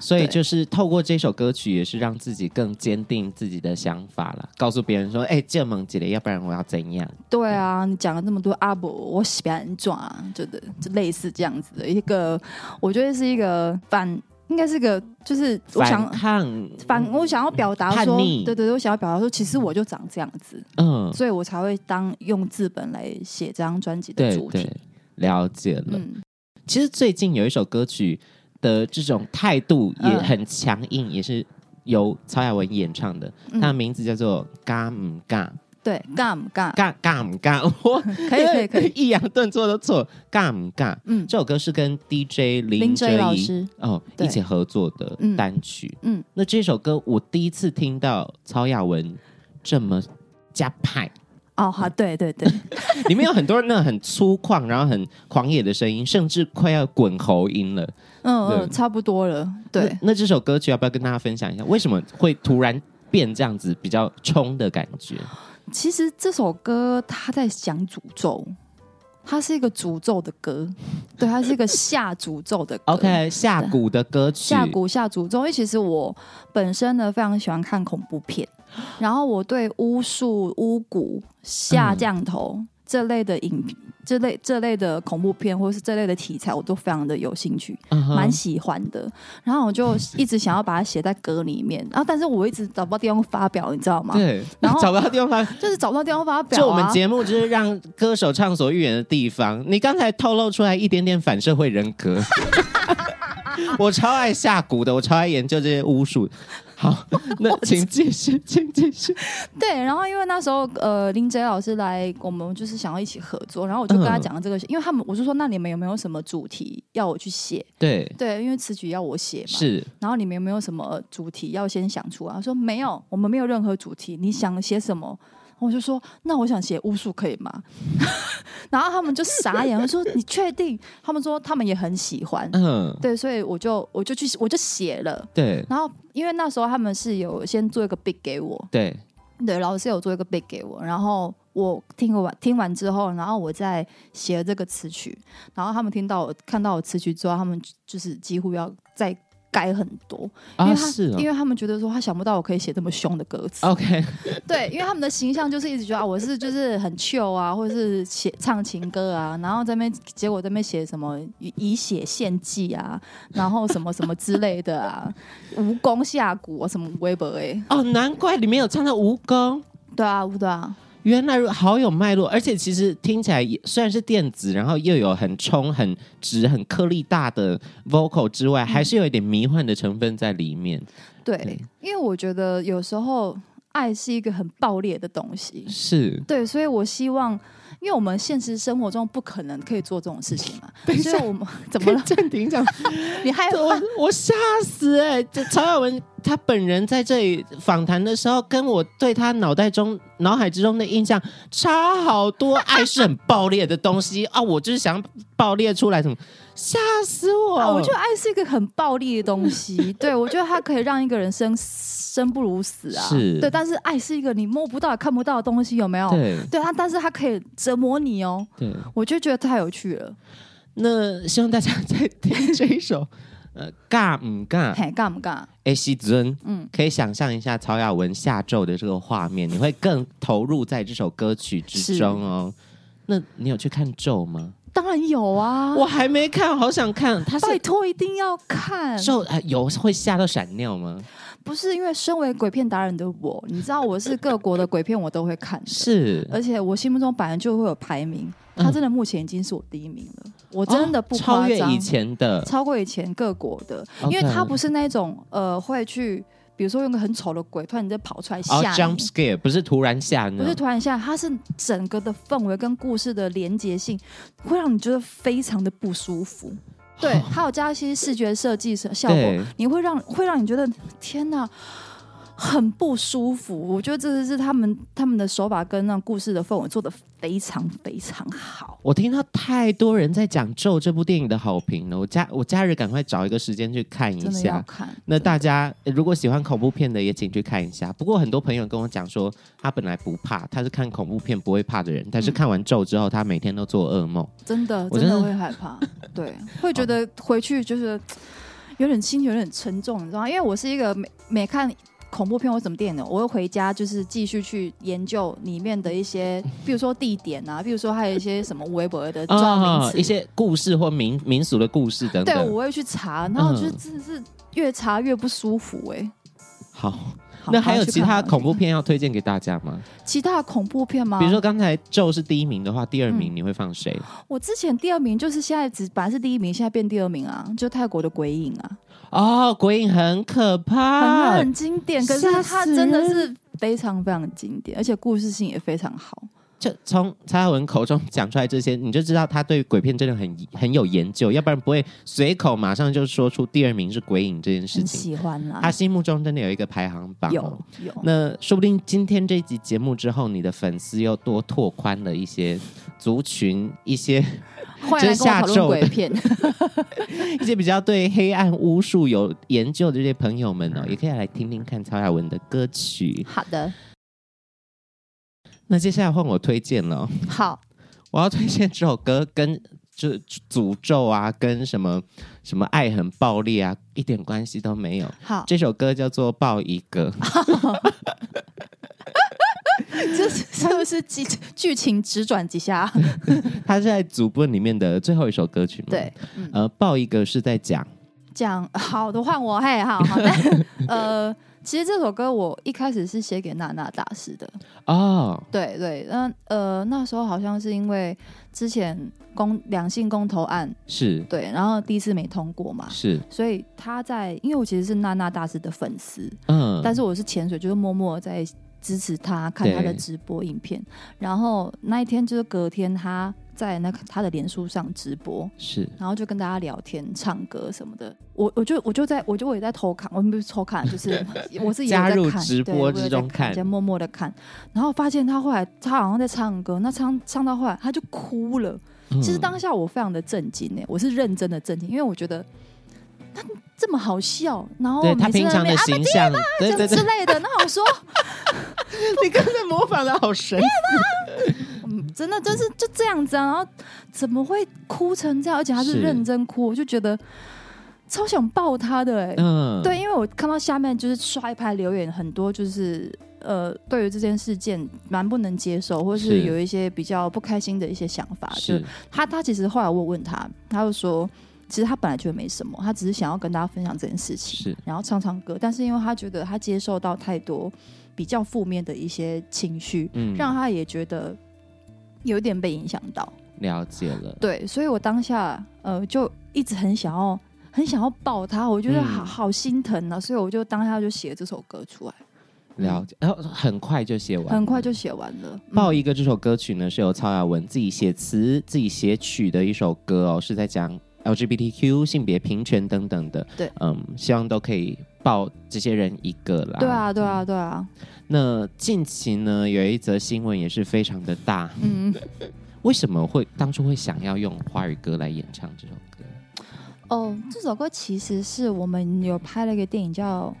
[SPEAKER 2] 所以
[SPEAKER 1] 对
[SPEAKER 2] 就是透过这首歌曲，也是让自己更坚定自己的想法了，告诉别人说：“哎、建萌姐姐，要不然我要怎样
[SPEAKER 1] 对啊，你讲了那么多阿伯，我喜欢转啊，就的就类似这样子的一个，我觉得是一个反，应该是个就是？”我
[SPEAKER 2] 反
[SPEAKER 1] 想
[SPEAKER 2] 抗，
[SPEAKER 1] 反我想要表达
[SPEAKER 2] 叛
[SPEAKER 1] 说，
[SPEAKER 2] 逆
[SPEAKER 1] 对对对，我想要表达说，其实我就长这样子，
[SPEAKER 2] 嗯，
[SPEAKER 1] 所以我才会当用字本来写这张专辑的
[SPEAKER 2] 对
[SPEAKER 1] 主
[SPEAKER 2] 对
[SPEAKER 1] 题。，
[SPEAKER 2] 了解了。
[SPEAKER 1] 嗯，
[SPEAKER 2] 其实最近有一首歌曲的这种态度也
[SPEAKER 1] 嗯
[SPEAKER 2] 很强硬，也是由曹雅文演唱的，
[SPEAKER 1] 嗯
[SPEAKER 2] 它的名字叫做《嘎唔嘎
[SPEAKER 1] 对，尬不尬？
[SPEAKER 2] 嘎嘎唔嘎》， 我
[SPEAKER 1] 可以可以可以，
[SPEAKER 2] 抑扬顿挫都错，《嘎唔嘎》
[SPEAKER 1] 嗯，
[SPEAKER 2] 这首歌是跟 DJ 林
[SPEAKER 1] 林
[SPEAKER 2] 哲
[SPEAKER 1] 追老
[SPEAKER 2] 仪
[SPEAKER 1] 师，
[SPEAKER 2] 哦
[SPEAKER 1] 对
[SPEAKER 2] 一起合作的
[SPEAKER 1] 嗯
[SPEAKER 2] 单曲。
[SPEAKER 1] 嗯
[SPEAKER 2] 那这首歌我第一次听到曹雅文这么加派，
[SPEAKER 1] 哦，
[SPEAKER 2] 嗯
[SPEAKER 1] 好，对对对，
[SPEAKER 2] 里面有很多那很粗犷，然后很狂野的声音，甚至快要滚喉音了。
[SPEAKER 1] 嗯
[SPEAKER 2] 对
[SPEAKER 1] 嗯，差不多了，对。
[SPEAKER 2] 那，那这首歌曲要不要跟大家分享一下，为什么会突然变这样子比较冲的感觉？
[SPEAKER 1] 其实这首歌它在讲诅咒，它是一个诅咒的歌，对，它是一个下诅咒的歌。
[SPEAKER 2] OK，下蛊的歌曲，
[SPEAKER 1] 下蛊下诅咒，因为其实我本身呢非常喜欢看恐怖片，然后我对巫术、巫蛊、
[SPEAKER 2] 嗯
[SPEAKER 1] 下降头、这类的影片、这类这类的恐怖片或是这类的题材，我都非常的有兴趣。
[SPEAKER 2] 嗯哼
[SPEAKER 1] 蛮喜欢的。然后我就一直想要把它写在歌里面，然后但是我一直找不到地方发表，你知道吗？
[SPEAKER 2] 对，
[SPEAKER 1] 然后
[SPEAKER 2] 找不到地方发
[SPEAKER 1] 就是找不到地方发表、啊。
[SPEAKER 2] 就我们节目就是让歌手畅所欲言的地方。你刚才透露出来一点点反社会人格， 我超爱下蛊的，我超爱研究这些巫术。好，那请继续，请继续。
[SPEAKER 1] 对，然后因为那时候呃，林哲老师来，我们就是想要一起合作，然后我就跟他
[SPEAKER 2] 嗯
[SPEAKER 1] 讲了这个，因为他们我就说那你们有没有什么主题要我去写？
[SPEAKER 2] 对，
[SPEAKER 1] 对，因为词曲要我写嘛。。
[SPEAKER 2] 是
[SPEAKER 1] 然后你们有没有什么主题要先想出来？他说没有，我们没有任何主题，你想写什么？我就说那我想写巫术可以吗？ 然后他们就傻眼，我说你确定？他们说他们也很喜欢，
[SPEAKER 2] 嗯，
[SPEAKER 1] 对，所以我就我就去我就写了。
[SPEAKER 2] 对
[SPEAKER 1] 然后因为那时候他们是有先做一个 big 给我，
[SPEAKER 2] 对，
[SPEAKER 1] 对，老师有做一个 big 给我，然后我听完听完之后，然后我再写了这个词曲，然后他们听到我看到我词曲之后，他们就是几乎要再改很多，因
[SPEAKER 2] 啊
[SPEAKER 1] 为他、
[SPEAKER 2] 是哦
[SPEAKER 1] 因为他们觉得说他想不到我可以写这么凶的歌词，
[SPEAKER 2] ，OK，
[SPEAKER 1] 对，因为他们的形象就是一直觉得啊，我是就是很 chill 啊，或者是写唱情歌啊，然后这边结果这边写什么以以血献祭啊，然后什么什么之类的啊， 蜈蚣下蛊啊，什么微博哎，
[SPEAKER 2] 哦，难怪里面有唱到蜈蚣。
[SPEAKER 1] 对啊，对啊，
[SPEAKER 2] 原来好有脉络，而且其实听起来也虽然是电子，然后又有很冲、很直、很颗粒大的 vocal 之外，还是有一点迷幻的成分在里面。
[SPEAKER 1] 对
[SPEAKER 2] 对，
[SPEAKER 1] 因为我觉得有时候爱是一个很爆裂的东西，
[SPEAKER 2] 是，
[SPEAKER 1] 对，所以我希望，因为我们现实生活中不可能可以做这种事 情嘛，所以我们怎么了？
[SPEAKER 2] 暂停一下，
[SPEAKER 1] 你害怕？
[SPEAKER 2] 我我吓死哎、这曹雅文他本人在这里访谈的时候，跟我对他脑袋中、脑海之中的印象差好多。爱是很爆裂的东西 啊，我就是想爆裂出来什么，吓死我！
[SPEAKER 1] 啊，我觉得爱是一个很暴力的东西，对我觉得它可以让一个人生生不如死啊，
[SPEAKER 2] 是
[SPEAKER 1] 对，但是爱是一个你摸不到、也看不到的东西，有没有？
[SPEAKER 2] 对
[SPEAKER 1] 对它，但是它可以折磨你哦，
[SPEAKER 2] 对。
[SPEAKER 1] 我就觉得太有趣了。
[SPEAKER 2] 那希望大家在听这一首， 呃，尬唔尬？
[SPEAKER 1] 嘿，尬不尬？
[SPEAKER 2] 哎，西尊，嗯
[SPEAKER 1] 嗯，
[SPEAKER 2] 可以想象一下曹雅文下咒的这个画面，你会更投入在这首歌曲之中哦。那你有去看咒吗？
[SPEAKER 1] 当然有啊，
[SPEAKER 2] 我还没看，好想 看。他
[SPEAKER 1] 拜
[SPEAKER 2] 是
[SPEAKER 1] 托一定要看。
[SPEAKER 2] 咒啊、有会吓到闪尿吗？
[SPEAKER 1] 不是因为身为鬼片达人的我，你知道我是各国的鬼片我都会看的，
[SPEAKER 2] 是，
[SPEAKER 1] 而且我心目中本来就会有排名，
[SPEAKER 2] 嗯
[SPEAKER 1] 他真的目前已经是我第一名了，我真的不
[SPEAKER 2] 哦超
[SPEAKER 1] 夸
[SPEAKER 2] 越
[SPEAKER 1] 张，
[SPEAKER 2] 以前的，
[SPEAKER 1] 超过以前各国的，
[SPEAKER 2] OK
[SPEAKER 1] 因为他不是那种呃会去，比如说用个很丑的鬼突然间跑出来
[SPEAKER 2] 哦
[SPEAKER 1] 吓你。
[SPEAKER 2] ，jump scare 不是突然吓
[SPEAKER 1] 不
[SPEAKER 2] 呢
[SPEAKER 1] 是，突然吓，它是整个的氛围跟故事的连结性，会让你觉得非常的不舒服。对，还有加一些视觉设计是效果
[SPEAKER 2] 哦对，
[SPEAKER 1] 你会让会让你觉得天哪，很不舒服。我觉得这是他们他们的手法跟那故事的氛围做的非常非常好。
[SPEAKER 2] 我听到太多人在讲《咒》这部电影的好评了，我假我假日赶快找一个时间去看一
[SPEAKER 1] 真的要
[SPEAKER 2] 下。
[SPEAKER 1] 看，
[SPEAKER 2] 那大家呃如果喜欢恐怖片的，也请去看一下。不过很多朋友跟我讲说，他本来不怕，他是看恐怖片不会怕的
[SPEAKER 1] 嗯
[SPEAKER 2] 人，但是看完咒之后，他每天都做噩梦。
[SPEAKER 1] 真的
[SPEAKER 2] 我
[SPEAKER 1] 真的
[SPEAKER 2] 真的
[SPEAKER 1] 会害 怕，对，会觉得回去就是有点心情有点沉重，你知道吗？因为我是一个每每看恐怖片或什么电影的，我会回家就是继续去研究里面的一些，比如说地点啊，比如说还有一些什么微博的重要名
[SPEAKER 2] 啊，
[SPEAKER 1] 词，
[SPEAKER 2] 一些故事或民民俗的故事等
[SPEAKER 1] 对，
[SPEAKER 2] 等。
[SPEAKER 1] 我会去查，然后
[SPEAKER 2] 嗯
[SPEAKER 1] 就是真的是越查越不舒服哎、
[SPEAKER 2] 好，
[SPEAKER 1] 好
[SPEAKER 2] 那还有
[SPEAKER 1] 好去
[SPEAKER 2] 其
[SPEAKER 1] 看啊
[SPEAKER 2] 他
[SPEAKER 1] 好
[SPEAKER 2] 恐怖片要推荐给大家吗？
[SPEAKER 1] 其他的恐怖片吗？
[SPEAKER 2] 比如说刚才咒是第一名的话，第二
[SPEAKER 1] 嗯
[SPEAKER 2] 名你会 放谁？
[SPEAKER 1] 我之前第二名就是现在只本来是第一名，现在变第二名啊，就泰国的鬼影啊，
[SPEAKER 2] 哦，鬼影很可怕，
[SPEAKER 1] 很很经典，可是
[SPEAKER 2] 啊吓
[SPEAKER 1] 它
[SPEAKER 2] 死
[SPEAKER 1] 真的
[SPEAKER 2] 人
[SPEAKER 1] 是非常非常经典，而且故事性也非常好。
[SPEAKER 2] 就从蔡耀文口中讲出来这些，你就知道他对鬼片真的很很有研究，要不然不会随口马上就说出第二名是啊鬼影这件事
[SPEAKER 1] 很嗯
[SPEAKER 2] 情。
[SPEAKER 1] 喜欢啦
[SPEAKER 2] 他，心目中真的有一个排行榜、
[SPEAKER 1] 有。有，
[SPEAKER 2] 那说不定今天这集节目之后，你的粉丝又多拓宽了一些族群，一些
[SPEAKER 1] 欢迎来跟我讨
[SPEAKER 2] 这是下
[SPEAKER 1] 论
[SPEAKER 2] 咒的
[SPEAKER 1] 鬼片，
[SPEAKER 2] 一些比较对黑暗巫术有研究的这些朋友们哦，也可以来听听看曹雅文的歌曲。
[SPEAKER 1] 好的，
[SPEAKER 2] 那接下来换我推荐了哦、
[SPEAKER 1] 好，
[SPEAKER 2] 我要推荐这首歌跟就诅咒啊，跟什么什么爱很暴力啊，一点关系都没有。
[SPEAKER 1] 好，
[SPEAKER 2] 这首歌叫做《抱一个》，
[SPEAKER 1] 这是是不是剧剧情直转几下？啊
[SPEAKER 2] 它是在祖本里面的最后一首歌曲嘛？
[SPEAKER 1] 对，，嗯，
[SPEAKER 2] 呃，《抱一个》是在讲
[SPEAKER 1] 讲好的换我，嘿，好好，但呃，其实这首歌我一开始是写给娜娜大师的，
[SPEAKER 2] 哦，
[SPEAKER 1] 对对，那呃那时候好像是因为之前公两性公投案，
[SPEAKER 2] 是
[SPEAKER 1] 对，然后第一次没通过嘛，
[SPEAKER 2] 是，
[SPEAKER 1] 所以他在，因为我其实是娜娜大师的粉丝，
[SPEAKER 2] 嗯，
[SPEAKER 1] 但是我是潜水，就是默默在支持他，看他的
[SPEAKER 2] 对
[SPEAKER 1] 直播影片。然后那一天就是隔天，他在那个他的脸书上直播，
[SPEAKER 2] 是
[SPEAKER 1] 然后就跟大家聊天、唱歌什么的。我我就我就在我就我也在偷看，我不是偷看，就是 我自己也有在
[SPEAKER 2] 加入
[SPEAKER 1] 看
[SPEAKER 2] 直播
[SPEAKER 1] 对我有
[SPEAKER 2] 之
[SPEAKER 1] 在
[SPEAKER 2] 中看
[SPEAKER 1] 在默默的看。然后发现他后来他好像在唱歌，那唱唱到后来他就哭了。其实
[SPEAKER 2] 嗯
[SPEAKER 1] 当下我非常的震惊呢、我是认真的震惊，因为我觉得他这么好笑，然后
[SPEAKER 2] 对他
[SPEAKER 1] 每次
[SPEAKER 2] 平
[SPEAKER 1] 在那
[SPEAKER 2] 常的
[SPEAKER 1] 边啊
[SPEAKER 2] 形象，对对
[SPEAKER 1] 之
[SPEAKER 2] 对，
[SPEAKER 1] 类的。那我说，
[SPEAKER 2] 你刚才模仿的好神，
[SPEAKER 1] 嗯，真的就是就这样子啊，然后怎么会哭成这样？而且他
[SPEAKER 2] 是
[SPEAKER 1] 是认真哭，我就觉得超想抱他的哎、
[SPEAKER 2] 嗯，
[SPEAKER 1] 对，因为我看到下面就是刷一排留言，很多就是呃，对于这件事件蛮不能接受，或
[SPEAKER 2] 是，
[SPEAKER 1] 是有一些比较不开心的一些想法。就是他他其实后来我有问他，他就说，其实他本来觉得没什么，他只是想要跟大家分享这件事情。
[SPEAKER 2] 是
[SPEAKER 1] 然后唱唱歌，但是因为他觉得他接受到太多比较负面的一些情绪，
[SPEAKER 2] 嗯
[SPEAKER 1] 让他也觉得有点被影响到。
[SPEAKER 2] 了解了，
[SPEAKER 1] 对，所以我当下呃就一直很想要很想要抱他，我觉得
[SPEAKER 2] 嗯
[SPEAKER 1] 好、好心疼啊，所以我就当下就写这首歌出来，嗯
[SPEAKER 2] 了解，然后很快就写完了，
[SPEAKER 1] 很快就写完了。嗯
[SPEAKER 2] 抱一个这首歌曲呢，是由曹雅文自己写词、自己写曲的一首歌哦，是在讲 LGBTQ 性别平权等等的。
[SPEAKER 1] 对，
[SPEAKER 2] 嗯，希望都可以抱这些人一个啦。
[SPEAKER 1] 对啊，对
[SPEAKER 2] 嗯
[SPEAKER 1] 啊，对啊，
[SPEAKER 2] 那近期呢，有一则新闻也是非常的大，
[SPEAKER 1] 嗯，
[SPEAKER 2] 为什么会当初会想要用华语歌来演唱这首歌？
[SPEAKER 1] 哦，这首歌其实是我们有拍了一个电影叫《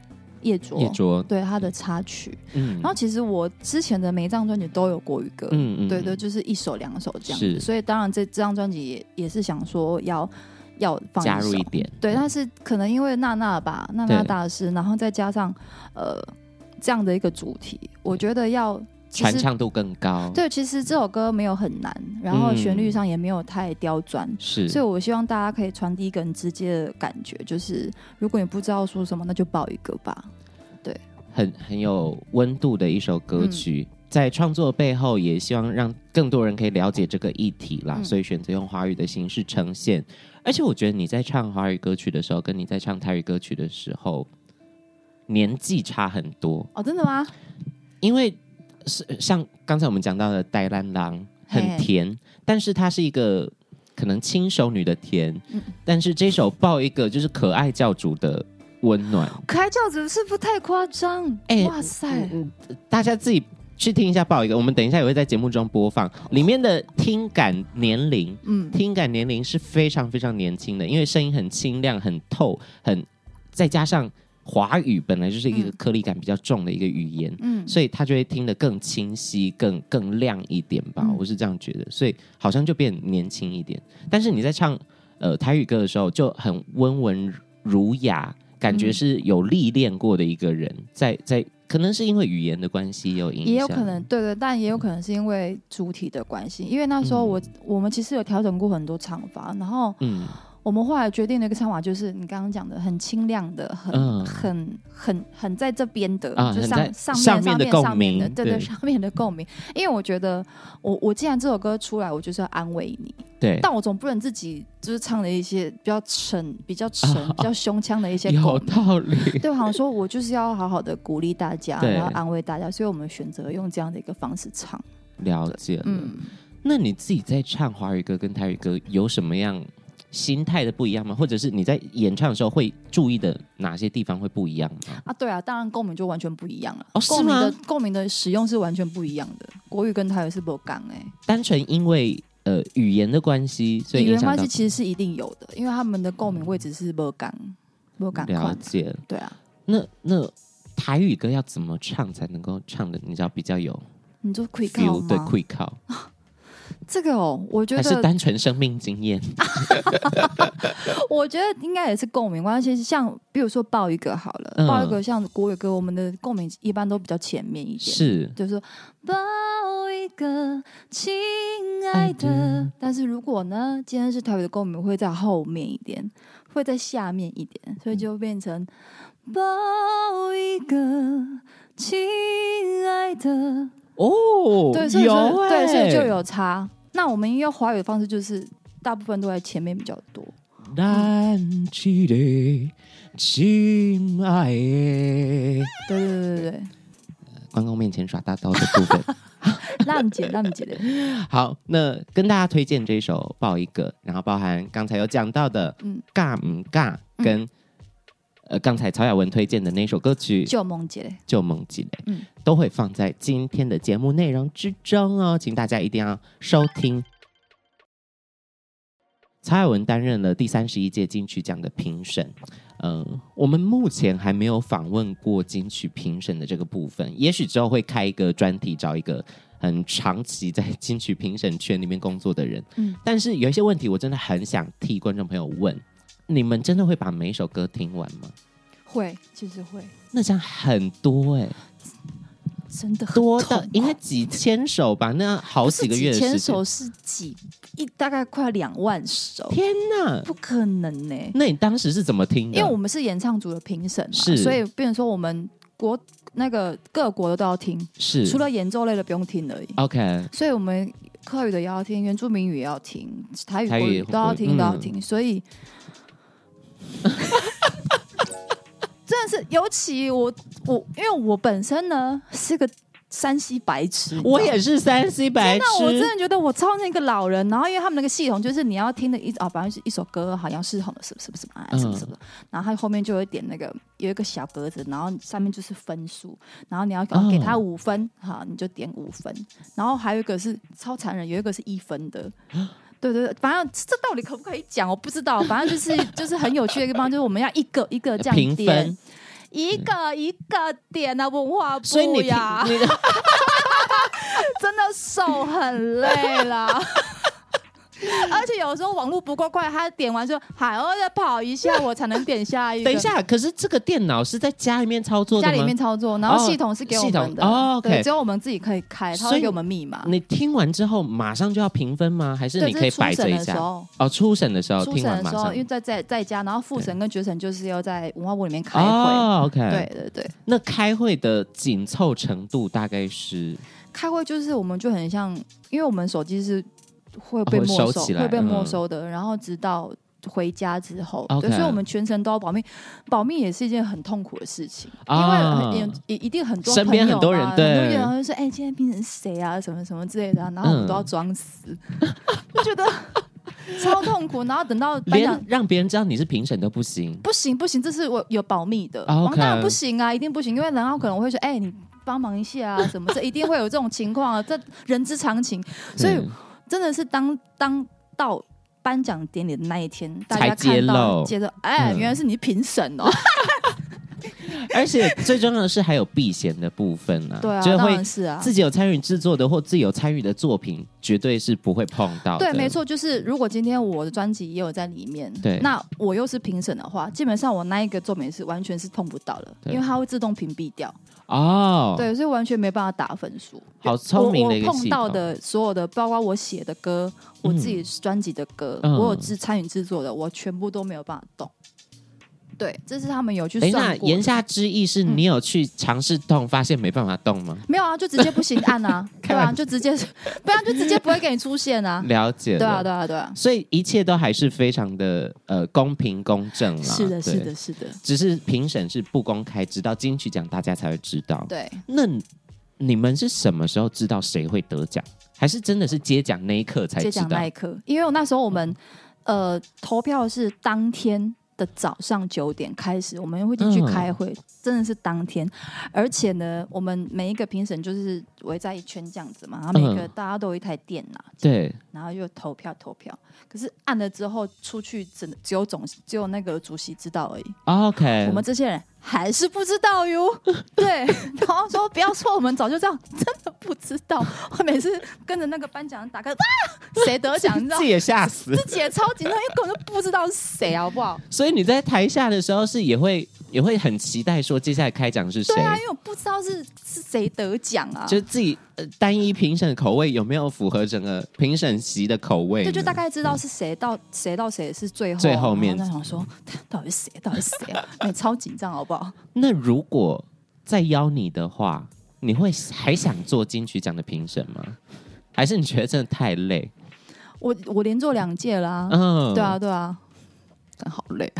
[SPEAKER 1] 夜卓》，
[SPEAKER 2] 叶卓，
[SPEAKER 1] 对啊它的插曲。
[SPEAKER 2] 嗯
[SPEAKER 1] 然后其实我之前的每一张专辑都有国语歌，
[SPEAKER 2] 嗯嗯
[SPEAKER 1] 对对，就是一首两首这样
[SPEAKER 2] 是
[SPEAKER 1] 子。所以当然这这张专辑也也是想说要要放
[SPEAKER 2] 加入
[SPEAKER 1] 首
[SPEAKER 2] 一点
[SPEAKER 1] 对，但是可能因为娜娜吧，娜娜大师，然后再加上呃这样的一个主题，我觉得要其
[SPEAKER 2] 传
[SPEAKER 1] 实
[SPEAKER 2] 唱度更高。，
[SPEAKER 1] 对，其实这首歌没有很难，然后旋律上也没有太刁钻。
[SPEAKER 2] 嗯是，
[SPEAKER 1] 所以，我希望大家可以传递一个很直接的感觉，就是如果你不知道说什么，那就报一个吧。
[SPEAKER 2] 很很有温度的一首歌曲。
[SPEAKER 1] 嗯
[SPEAKER 2] 在创作背后，也希望让更多人可以了解这个议题啦，
[SPEAKER 1] 嗯
[SPEAKER 2] 所以选择用华语的形式呈现。而且我觉得你在唱华语歌曲的时候，跟你在唱台语歌曲的时候，年纪差很多，
[SPEAKER 1] 哦，真的吗？
[SPEAKER 2] 因为是像刚才我们讲到的戴兰郎很
[SPEAKER 1] 嘿
[SPEAKER 2] 甜，但是它是一个可能轻熟女的甜，
[SPEAKER 1] 嗯
[SPEAKER 2] 但是这首抱一个就是可爱教主的温暖。
[SPEAKER 1] 可爱教主是不是太夸张？
[SPEAKER 2] 哎
[SPEAKER 1] 哇塞，
[SPEAKER 2] 嗯，嗯大家自己去听一下报一个，我们等一下也会在节目中播放。里面的听感年龄，
[SPEAKER 1] 嗯，
[SPEAKER 2] 听感年龄是非常非常年轻的，因为声音很清亮、很透、很，再加上华语本来就是一个
[SPEAKER 1] 嗯
[SPEAKER 2] 颗粒感比较重的一个语言，
[SPEAKER 1] 嗯，
[SPEAKER 2] 所以他就会听得更清晰、更更亮一点吧，
[SPEAKER 1] 嗯
[SPEAKER 2] 我是这样觉得，所以好像就变年轻一点。但是你在唱呃台语歌的时候，就很温文儒雅，感觉
[SPEAKER 1] 嗯
[SPEAKER 2] 是有历练过的一个人，在在可能是因为语言的关系有影响，
[SPEAKER 1] 也有可能，对对，但
[SPEAKER 2] 嗯
[SPEAKER 1] 也有可能是因为主体的关系，因为那时候我、我们其实有调整过很多唱法，然后
[SPEAKER 2] 嗯，
[SPEAKER 1] 我们后来决定了一个唱法，就是你刚刚讲的很清亮的，很、
[SPEAKER 2] 嗯
[SPEAKER 1] 很很很在这边的，
[SPEAKER 2] 啊
[SPEAKER 1] 就
[SPEAKER 2] 很
[SPEAKER 1] 上
[SPEAKER 2] 在
[SPEAKER 1] 上
[SPEAKER 2] 上
[SPEAKER 1] 面
[SPEAKER 2] 面的
[SPEAKER 1] 面
[SPEAKER 2] 共
[SPEAKER 1] 上面的，
[SPEAKER 2] 鸣
[SPEAKER 1] 对对，
[SPEAKER 2] 对
[SPEAKER 1] 上面的共鸣。因为我觉得我我既然这首歌出来，我就是要安慰你，
[SPEAKER 2] 对，
[SPEAKER 1] 但我总不能自己就是唱的一些比较沉、比较沉、比较胸腔的一些
[SPEAKER 2] 啊有
[SPEAKER 1] 共鸣。
[SPEAKER 2] 道理，
[SPEAKER 1] 对，我好像说我就是要好好的鼓励大家，
[SPEAKER 2] 对
[SPEAKER 1] 然后安慰大家，所以我们选择用这样的一个方式唱。
[SPEAKER 2] 了解了。
[SPEAKER 1] 嗯，
[SPEAKER 2] 那你自己在唱华语歌跟台语歌有什么样？心态的不一样吗？或者是你在演唱的时候会注意的哪些地方会不一样吗？
[SPEAKER 1] 啊，对啊，当然共鸣就完全不一样了。
[SPEAKER 2] 哦是
[SPEAKER 1] 共鸣的
[SPEAKER 2] 吗
[SPEAKER 1] 共鸣的使用是完全不一样的。国语跟台语是不杠哎，
[SPEAKER 2] 单纯因为呃语言的关系，所以
[SPEAKER 1] 语
[SPEAKER 2] 影
[SPEAKER 1] 言
[SPEAKER 2] 响
[SPEAKER 1] 关
[SPEAKER 2] 到
[SPEAKER 1] 系其实是一定有的，因为他们的共鸣位置是不杠，不杠
[SPEAKER 2] 了
[SPEAKER 1] 快。
[SPEAKER 2] 解了。
[SPEAKER 1] 对啊，
[SPEAKER 2] 那那台语歌要怎么唱才能够唱的，你知道比较有
[SPEAKER 1] 你就可以看
[SPEAKER 2] feel 对
[SPEAKER 1] 吗？
[SPEAKER 2] quick 靠，
[SPEAKER 1] 这个哦，我觉
[SPEAKER 2] 还是
[SPEAKER 1] 得，
[SPEAKER 2] 单纯生命经验？
[SPEAKER 1] 我觉得应该也是共鸣关系。像比如说抱一个好了，
[SPEAKER 2] 嗯
[SPEAKER 1] 抱一个像国语歌，我们的共鸣一般都比较前面一点。
[SPEAKER 2] 是
[SPEAKER 1] 就是说抱一个亲爱
[SPEAKER 2] 爱
[SPEAKER 1] 的
[SPEAKER 2] 的。
[SPEAKER 1] 但是如果呢，今天是台北的共鸣，会在后
[SPEAKER 2] 嗯
[SPEAKER 1] 面一点，会在下面一点，所以就变成抱一个亲爱的。
[SPEAKER 2] 哦，
[SPEAKER 1] 对，所以
[SPEAKER 2] 有、
[SPEAKER 1] 就
[SPEAKER 2] 欸、
[SPEAKER 1] 对，所以就有差。那我们音乐华语的方式就是大部分都在前面比较多。
[SPEAKER 2] 燃起的亲爱的，
[SPEAKER 1] 对对对对对，
[SPEAKER 2] 关公面前耍大刀的部分。
[SPEAKER 1] 浪姐浪姐的，
[SPEAKER 2] 好，那跟大家推荐这一首报一个，然后包含刚才有讲到的，嗯
[SPEAKER 1] 嗯，
[SPEAKER 2] 尬唔尬跟、呃刚才曹雅文推荐的那首歌曲《
[SPEAKER 1] 旧梦姐的，
[SPEAKER 2] 旧梦记》嘞，
[SPEAKER 1] 嗯
[SPEAKER 2] 都会放在今天的节目内容之中哦，请大家一定要收听。曹雅文担任了第三十一届金曲奖的评审，嗯、我们目前还没有访问过金曲评审的这个部分，也许之后会开一个专题，找一个很长期在金曲评审圈里面工作的人。
[SPEAKER 1] 嗯
[SPEAKER 2] 但是有一些问题，我真的很想替观众朋友问：你们真的会把每一首歌听完吗？
[SPEAKER 1] 会，其实会，
[SPEAKER 2] 那这样很多哎、
[SPEAKER 1] 真的很
[SPEAKER 2] 多
[SPEAKER 1] 痛
[SPEAKER 2] 到
[SPEAKER 1] 苦
[SPEAKER 2] 应该几千首吧？那好
[SPEAKER 1] 不
[SPEAKER 2] 几
[SPEAKER 1] 是
[SPEAKER 2] 个月的
[SPEAKER 1] 几千
[SPEAKER 2] 时间
[SPEAKER 1] 首。是几一大概快两万首，
[SPEAKER 2] 天哪！
[SPEAKER 1] 不可能呢、
[SPEAKER 2] 那你当时是怎么听的？
[SPEAKER 1] 因为我们是演唱组的评审嘛，
[SPEAKER 2] 是
[SPEAKER 1] 所以变成说我们国那个各国的都要听，
[SPEAKER 2] 是啊
[SPEAKER 1] 除了演奏类的不用听而已。
[SPEAKER 2] OK，
[SPEAKER 1] 所以我们客语的也要听，原住民语也要听，台语、
[SPEAKER 2] 台语
[SPEAKER 1] 国语都要
[SPEAKER 2] 嗯
[SPEAKER 1] 听，都要听。所 以真的是，尤其我我，因为我本身呢是个山西白痴，
[SPEAKER 2] 我也是三 C 白痴
[SPEAKER 1] 那我真的觉得我超那个老人，然后因为他们那个系统就是你要听的一啊，反正是一首歌，好像是什么什么什么什么啊
[SPEAKER 2] 嗯
[SPEAKER 1] 什么什么的，然后它后面就有一点那个有一个小格子，然后上面就是分数，然后你要给
[SPEAKER 2] 哦
[SPEAKER 1] 给他五分，好你就点五分，然后还有一个是超残忍，有一个是一分的。对对对，反正这到底可不可以讲，我不知道。反正就是 就是很有趣的一个地方，就是我们要一个一个这
[SPEAKER 2] 评
[SPEAKER 1] 样
[SPEAKER 2] 分嗯
[SPEAKER 1] 点，，一个一个点啊，文化部
[SPEAKER 2] 所以你评
[SPEAKER 1] 呀，
[SPEAKER 2] 你的
[SPEAKER 1] 真的手很累啦。 而且有时候网络不够快，他点完就还要再跑一下，我才能点下一个。
[SPEAKER 2] 等一，下，可是这个电脑是在家里面操作的
[SPEAKER 1] 家
[SPEAKER 2] 吗？
[SPEAKER 1] 里面操作，然后
[SPEAKER 2] 哦
[SPEAKER 1] 系统是给我们的，
[SPEAKER 2] 系统哦，OK
[SPEAKER 1] 对，只有我们自己可以开，他
[SPEAKER 2] 所以
[SPEAKER 1] 会给我们密码。
[SPEAKER 2] 你听完之后马上就要评分吗？还是
[SPEAKER 1] 对，
[SPEAKER 2] 你可
[SPEAKER 1] 这
[SPEAKER 2] 以
[SPEAKER 1] 是初
[SPEAKER 2] 摆着
[SPEAKER 1] 审的
[SPEAKER 2] 一
[SPEAKER 1] 时
[SPEAKER 2] 下？
[SPEAKER 1] 候，
[SPEAKER 2] 哦，初审的时候
[SPEAKER 1] 初
[SPEAKER 2] 听
[SPEAKER 1] 审
[SPEAKER 2] 完
[SPEAKER 1] 的
[SPEAKER 2] 马
[SPEAKER 1] 时候，
[SPEAKER 2] 上
[SPEAKER 1] 因为在在在家，然后复审跟决审就是要在文化部里面开会。
[SPEAKER 2] 哦，OK，
[SPEAKER 1] 对，对对，
[SPEAKER 2] 那开会的紧凑程度大概是
[SPEAKER 1] 开会就是我们就很像，因为我们手机是会被
[SPEAKER 2] 哦会
[SPEAKER 1] 没
[SPEAKER 2] 收
[SPEAKER 1] 收，
[SPEAKER 2] 起来
[SPEAKER 1] 会被
[SPEAKER 2] 嗯
[SPEAKER 1] 没收的，然后直到回家之后，
[SPEAKER 2] OK
[SPEAKER 1] 对，所以我们全程都要保密，保密也是一件很痛苦的事情，
[SPEAKER 2] 啊
[SPEAKER 1] 因为很一一定很多
[SPEAKER 2] 身边
[SPEAKER 1] 朋友
[SPEAKER 2] 很多人
[SPEAKER 1] 嘛很
[SPEAKER 2] 对
[SPEAKER 1] 多人会说，哎、今天变成谁啊，什么什么之类的啊、然后我
[SPEAKER 2] 嗯
[SPEAKER 1] 们都要装 死，我觉得超痛苦，然后等到颁奖
[SPEAKER 2] 连。让别人知道你是评审都不行。
[SPEAKER 1] 不行不行，这是我有保密的。
[SPEAKER 2] 啊
[SPEAKER 1] 王
[SPEAKER 2] ，OK
[SPEAKER 1] 大不行啊，一定不行，因为然后可能我会说，哎、你帮忙一下啊，什么 这一定会有这种情况啊，这人之常情。所以
[SPEAKER 2] 嗯
[SPEAKER 1] 真的是当当到颁奖典礼的那一天，大
[SPEAKER 2] 才
[SPEAKER 1] 家
[SPEAKER 2] 揭
[SPEAKER 1] 看到
[SPEAKER 2] 露
[SPEAKER 1] 揭露，哎、
[SPEAKER 2] 嗯
[SPEAKER 1] 原来是你评审 哦，
[SPEAKER 2] 而且最重要的是还有避嫌的部分啊，
[SPEAKER 1] 对啊，
[SPEAKER 2] 就是
[SPEAKER 1] 当
[SPEAKER 2] 会
[SPEAKER 1] 然是啊。
[SPEAKER 2] 自己有参与制作的或自己有参与的作品，绝对是不会碰到的。
[SPEAKER 1] 对，没，错，就是如果今天我的专辑也有在里面，
[SPEAKER 2] 对
[SPEAKER 1] 那我又是评审的话，基本上我那一个作品是完全是碰不到的，
[SPEAKER 2] 对
[SPEAKER 1] 因为它会自动屏蔽掉，
[SPEAKER 2] 哦，，
[SPEAKER 1] 对，所以完全没办法打分数。
[SPEAKER 2] 好聪明的一个
[SPEAKER 1] 我我
[SPEAKER 2] 系
[SPEAKER 1] 碰
[SPEAKER 2] 统
[SPEAKER 1] 到的所有的，包括我写的歌，我自己专辑的歌，
[SPEAKER 2] 嗯
[SPEAKER 1] 我有制参与制作的，我全部都没有办法动。对，这是他们有去
[SPEAKER 2] 哎，
[SPEAKER 1] 算
[SPEAKER 2] 那
[SPEAKER 1] 过的嗯
[SPEAKER 2] 言下之意是你有去尝试动，发现没办法动吗？
[SPEAKER 1] 没有啊，就直接不行按 啊，对
[SPEAKER 2] 开
[SPEAKER 1] 啊，
[SPEAKER 2] 玩笑
[SPEAKER 1] 就直接，不然就直接不会给你出现 啊。
[SPEAKER 2] 了解了，
[SPEAKER 1] 对啊，对啊，对啊，
[SPEAKER 2] 所以一切都还是非常的呃公平公正啦。
[SPEAKER 1] 是的，
[SPEAKER 2] 对
[SPEAKER 1] 是的，，是的，
[SPEAKER 2] 只是评审是不公开，直到金曲奖大家才会知道。
[SPEAKER 1] 对。
[SPEAKER 2] 那你们是什么时候知道谁会得奖？还是真的是接奖那一刻才
[SPEAKER 1] 接
[SPEAKER 2] 知
[SPEAKER 1] 奖
[SPEAKER 2] 道
[SPEAKER 1] 那一？刻，因为我那时候我们
[SPEAKER 2] 嗯
[SPEAKER 1] 呃投票是当天的早上九点开始，我们会进去
[SPEAKER 2] 嗯
[SPEAKER 1] 开会，真的是当天。而且呢，我们每一个评审就是围在一圈这样子嘛，然后每个
[SPEAKER 2] 嗯
[SPEAKER 1] 大家都有一台电脑，
[SPEAKER 2] 对，
[SPEAKER 1] 然后就投票投票。可是按了之后出去，只能只有总只有那个主席知道而已。
[SPEAKER 2] 啊 OK，
[SPEAKER 1] 我们这些人还是不知道 哟。对，然后说不要说我们早就这样，真的不知道。我每次跟着那个颁奖人打开，啊，谁得奖，你知道
[SPEAKER 2] 自己？也吓死。
[SPEAKER 1] 自己也超紧张，因为根本就不知道是谁，好不好？
[SPEAKER 2] 所以你在台下的时候是也会也会很期待说接下来开奖是谁
[SPEAKER 1] 对，啊，因为我不知道是是谁得奖啊。
[SPEAKER 2] 就自己、呃、单一评审的口味有没有符合整个评审席的口味呢？
[SPEAKER 1] 对，就大概知道是谁到谁到谁是最后，
[SPEAKER 2] 最后 面
[SPEAKER 1] 然后在想说到底是谁，到底是谁啊？哎，超紧张，好不好？
[SPEAKER 2] 那如果再邀你的话，你会还想做金曲奖的评审吗？还是你觉得真的太累？
[SPEAKER 1] 我我连做两届啦、
[SPEAKER 2] 嗯，
[SPEAKER 1] 对啊，对啊，但好累。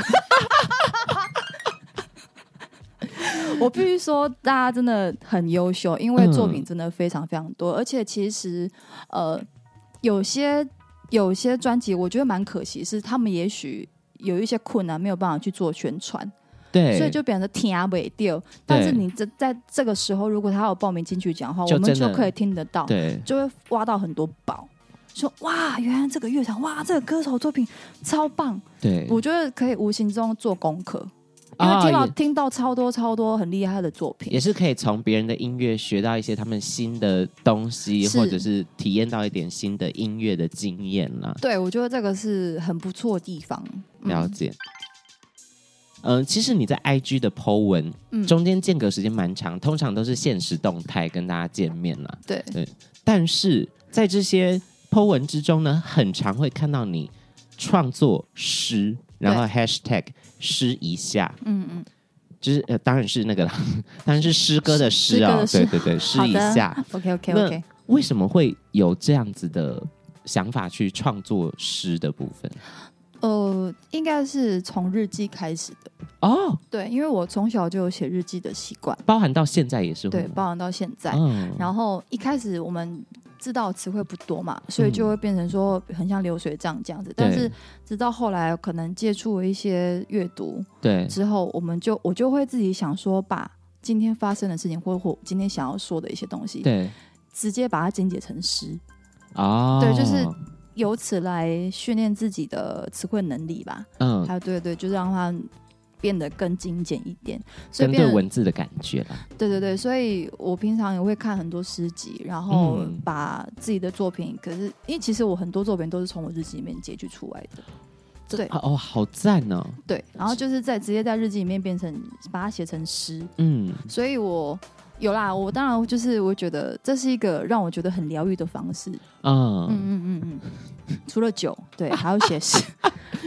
[SPEAKER 1] 我必须说，大家真的很优秀，因为作品真的非常非常多，而且其实呃，有些有些专辑我觉得蛮可惜，是他们也许有一些困难没有办法去做宣传，
[SPEAKER 2] 对，
[SPEAKER 1] 所以就变成听阿尾掉。但是你这在这个时候，如果他有报名金曲奖的话，
[SPEAKER 2] 就
[SPEAKER 1] 我们
[SPEAKER 2] 真的
[SPEAKER 1] 就可以听得到，
[SPEAKER 2] 对
[SPEAKER 1] 就会挖到很多宝。说哇，原来这个乐团哇，这个歌手作品超棒，
[SPEAKER 2] 对，
[SPEAKER 1] 我觉得可以无形中做功课，因为
[SPEAKER 2] 啊
[SPEAKER 1] 听到、
[SPEAKER 2] 也
[SPEAKER 1] 听到超多超多很厉害的作品
[SPEAKER 2] 也。是可以从别人的音乐学到一些他们新的东西，
[SPEAKER 1] 是
[SPEAKER 2] 或者是体验到一点新的音乐的经验啦。
[SPEAKER 1] 对，我觉得这个是很不错的地方。嗯
[SPEAKER 2] 了解。嗯、其实你在 IG 的 Po 文、
[SPEAKER 1] 嗯
[SPEAKER 2] 中间间隔时间蛮长，通常都是现实动态跟大家见面啦。
[SPEAKER 1] 对，
[SPEAKER 2] 但是在这些 Po 文之中呢，很常会看到你创作诗，然后 Hashtag 诗一下，
[SPEAKER 1] 嗯嗯，
[SPEAKER 2] 就是呃，当然是那个啦， 当然是诗歌的诗
[SPEAKER 1] 诗歌
[SPEAKER 2] 啊、
[SPEAKER 1] 的诗
[SPEAKER 2] 对对对，诗
[SPEAKER 1] 好
[SPEAKER 2] 一
[SPEAKER 1] 的
[SPEAKER 2] 下。
[SPEAKER 1] ，OK OK
[SPEAKER 2] 那
[SPEAKER 1] OK。
[SPEAKER 2] 为什么会有这样子的想法去创作诗的部分？
[SPEAKER 1] 呃，应该是从日记开始的。
[SPEAKER 2] 哦，
[SPEAKER 1] 对，因为我从小就有写日记的习惯，
[SPEAKER 2] 包含到现在也是会
[SPEAKER 1] 对，
[SPEAKER 2] 吗
[SPEAKER 1] 包含到现在。
[SPEAKER 2] 嗯
[SPEAKER 1] 然后一开始我们知道词汇不多嘛，
[SPEAKER 2] 嗯
[SPEAKER 1] 所以就会变成说很像流水账这样子。但是直到后来可能接触了一些阅读
[SPEAKER 2] 对
[SPEAKER 1] 之后，我们就我就会自己想说，把今天发生的事情，或或今天想要说的一些东西，
[SPEAKER 2] 对
[SPEAKER 1] 直接把它精简成诗，
[SPEAKER 2] 哦，
[SPEAKER 1] 对就是由此来训练自己的词汇能力吧。
[SPEAKER 2] 嗯，
[SPEAKER 1] 还有对对，就是让它变得更精简一点，所以
[SPEAKER 2] 针
[SPEAKER 1] 变
[SPEAKER 2] 对
[SPEAKER 1] 得
[SPEAKER 2] 文字的感觉啦，
[SPEAKER 1] 对对对，所以我平常也会看很多诗集，然后
[SPEAKER 2] 嗯
[SPEAKER 1] 把自己的作品，可是因为其实我很多作品都是从我日记里面截取出来的，
[SPEAKER 2] 这
[SPEAKER 1] 对
[SPEAKER 2] 啊哦，好赞哦，
[SPEAKER 1] 对，然后就是在直接在日记里面变成把它写成诗，
[SPEAKER 2] 嗯，
[SPEAKER 1] 所以我有啦，我当然就是我觉得这是一个让我觉得很疗愈的方式，
[SPEAKER 2] 嗯
[SPEAKER 1] 嗯嗯嗯嗯， 除了酒，对，还要写诗，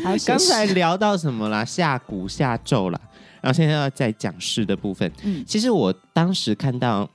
[SPEAKER 1] 还要写
[SPEAKER 2] 刚
[SPEAKER 1] 诗，
[SPEAKER 2] 才聊到什么啦？下蛊下咒啦，然后现在要再讲诗的部分。
[SPEAKER 1] 嗯
[SPEAKER 2] 其实我当时看到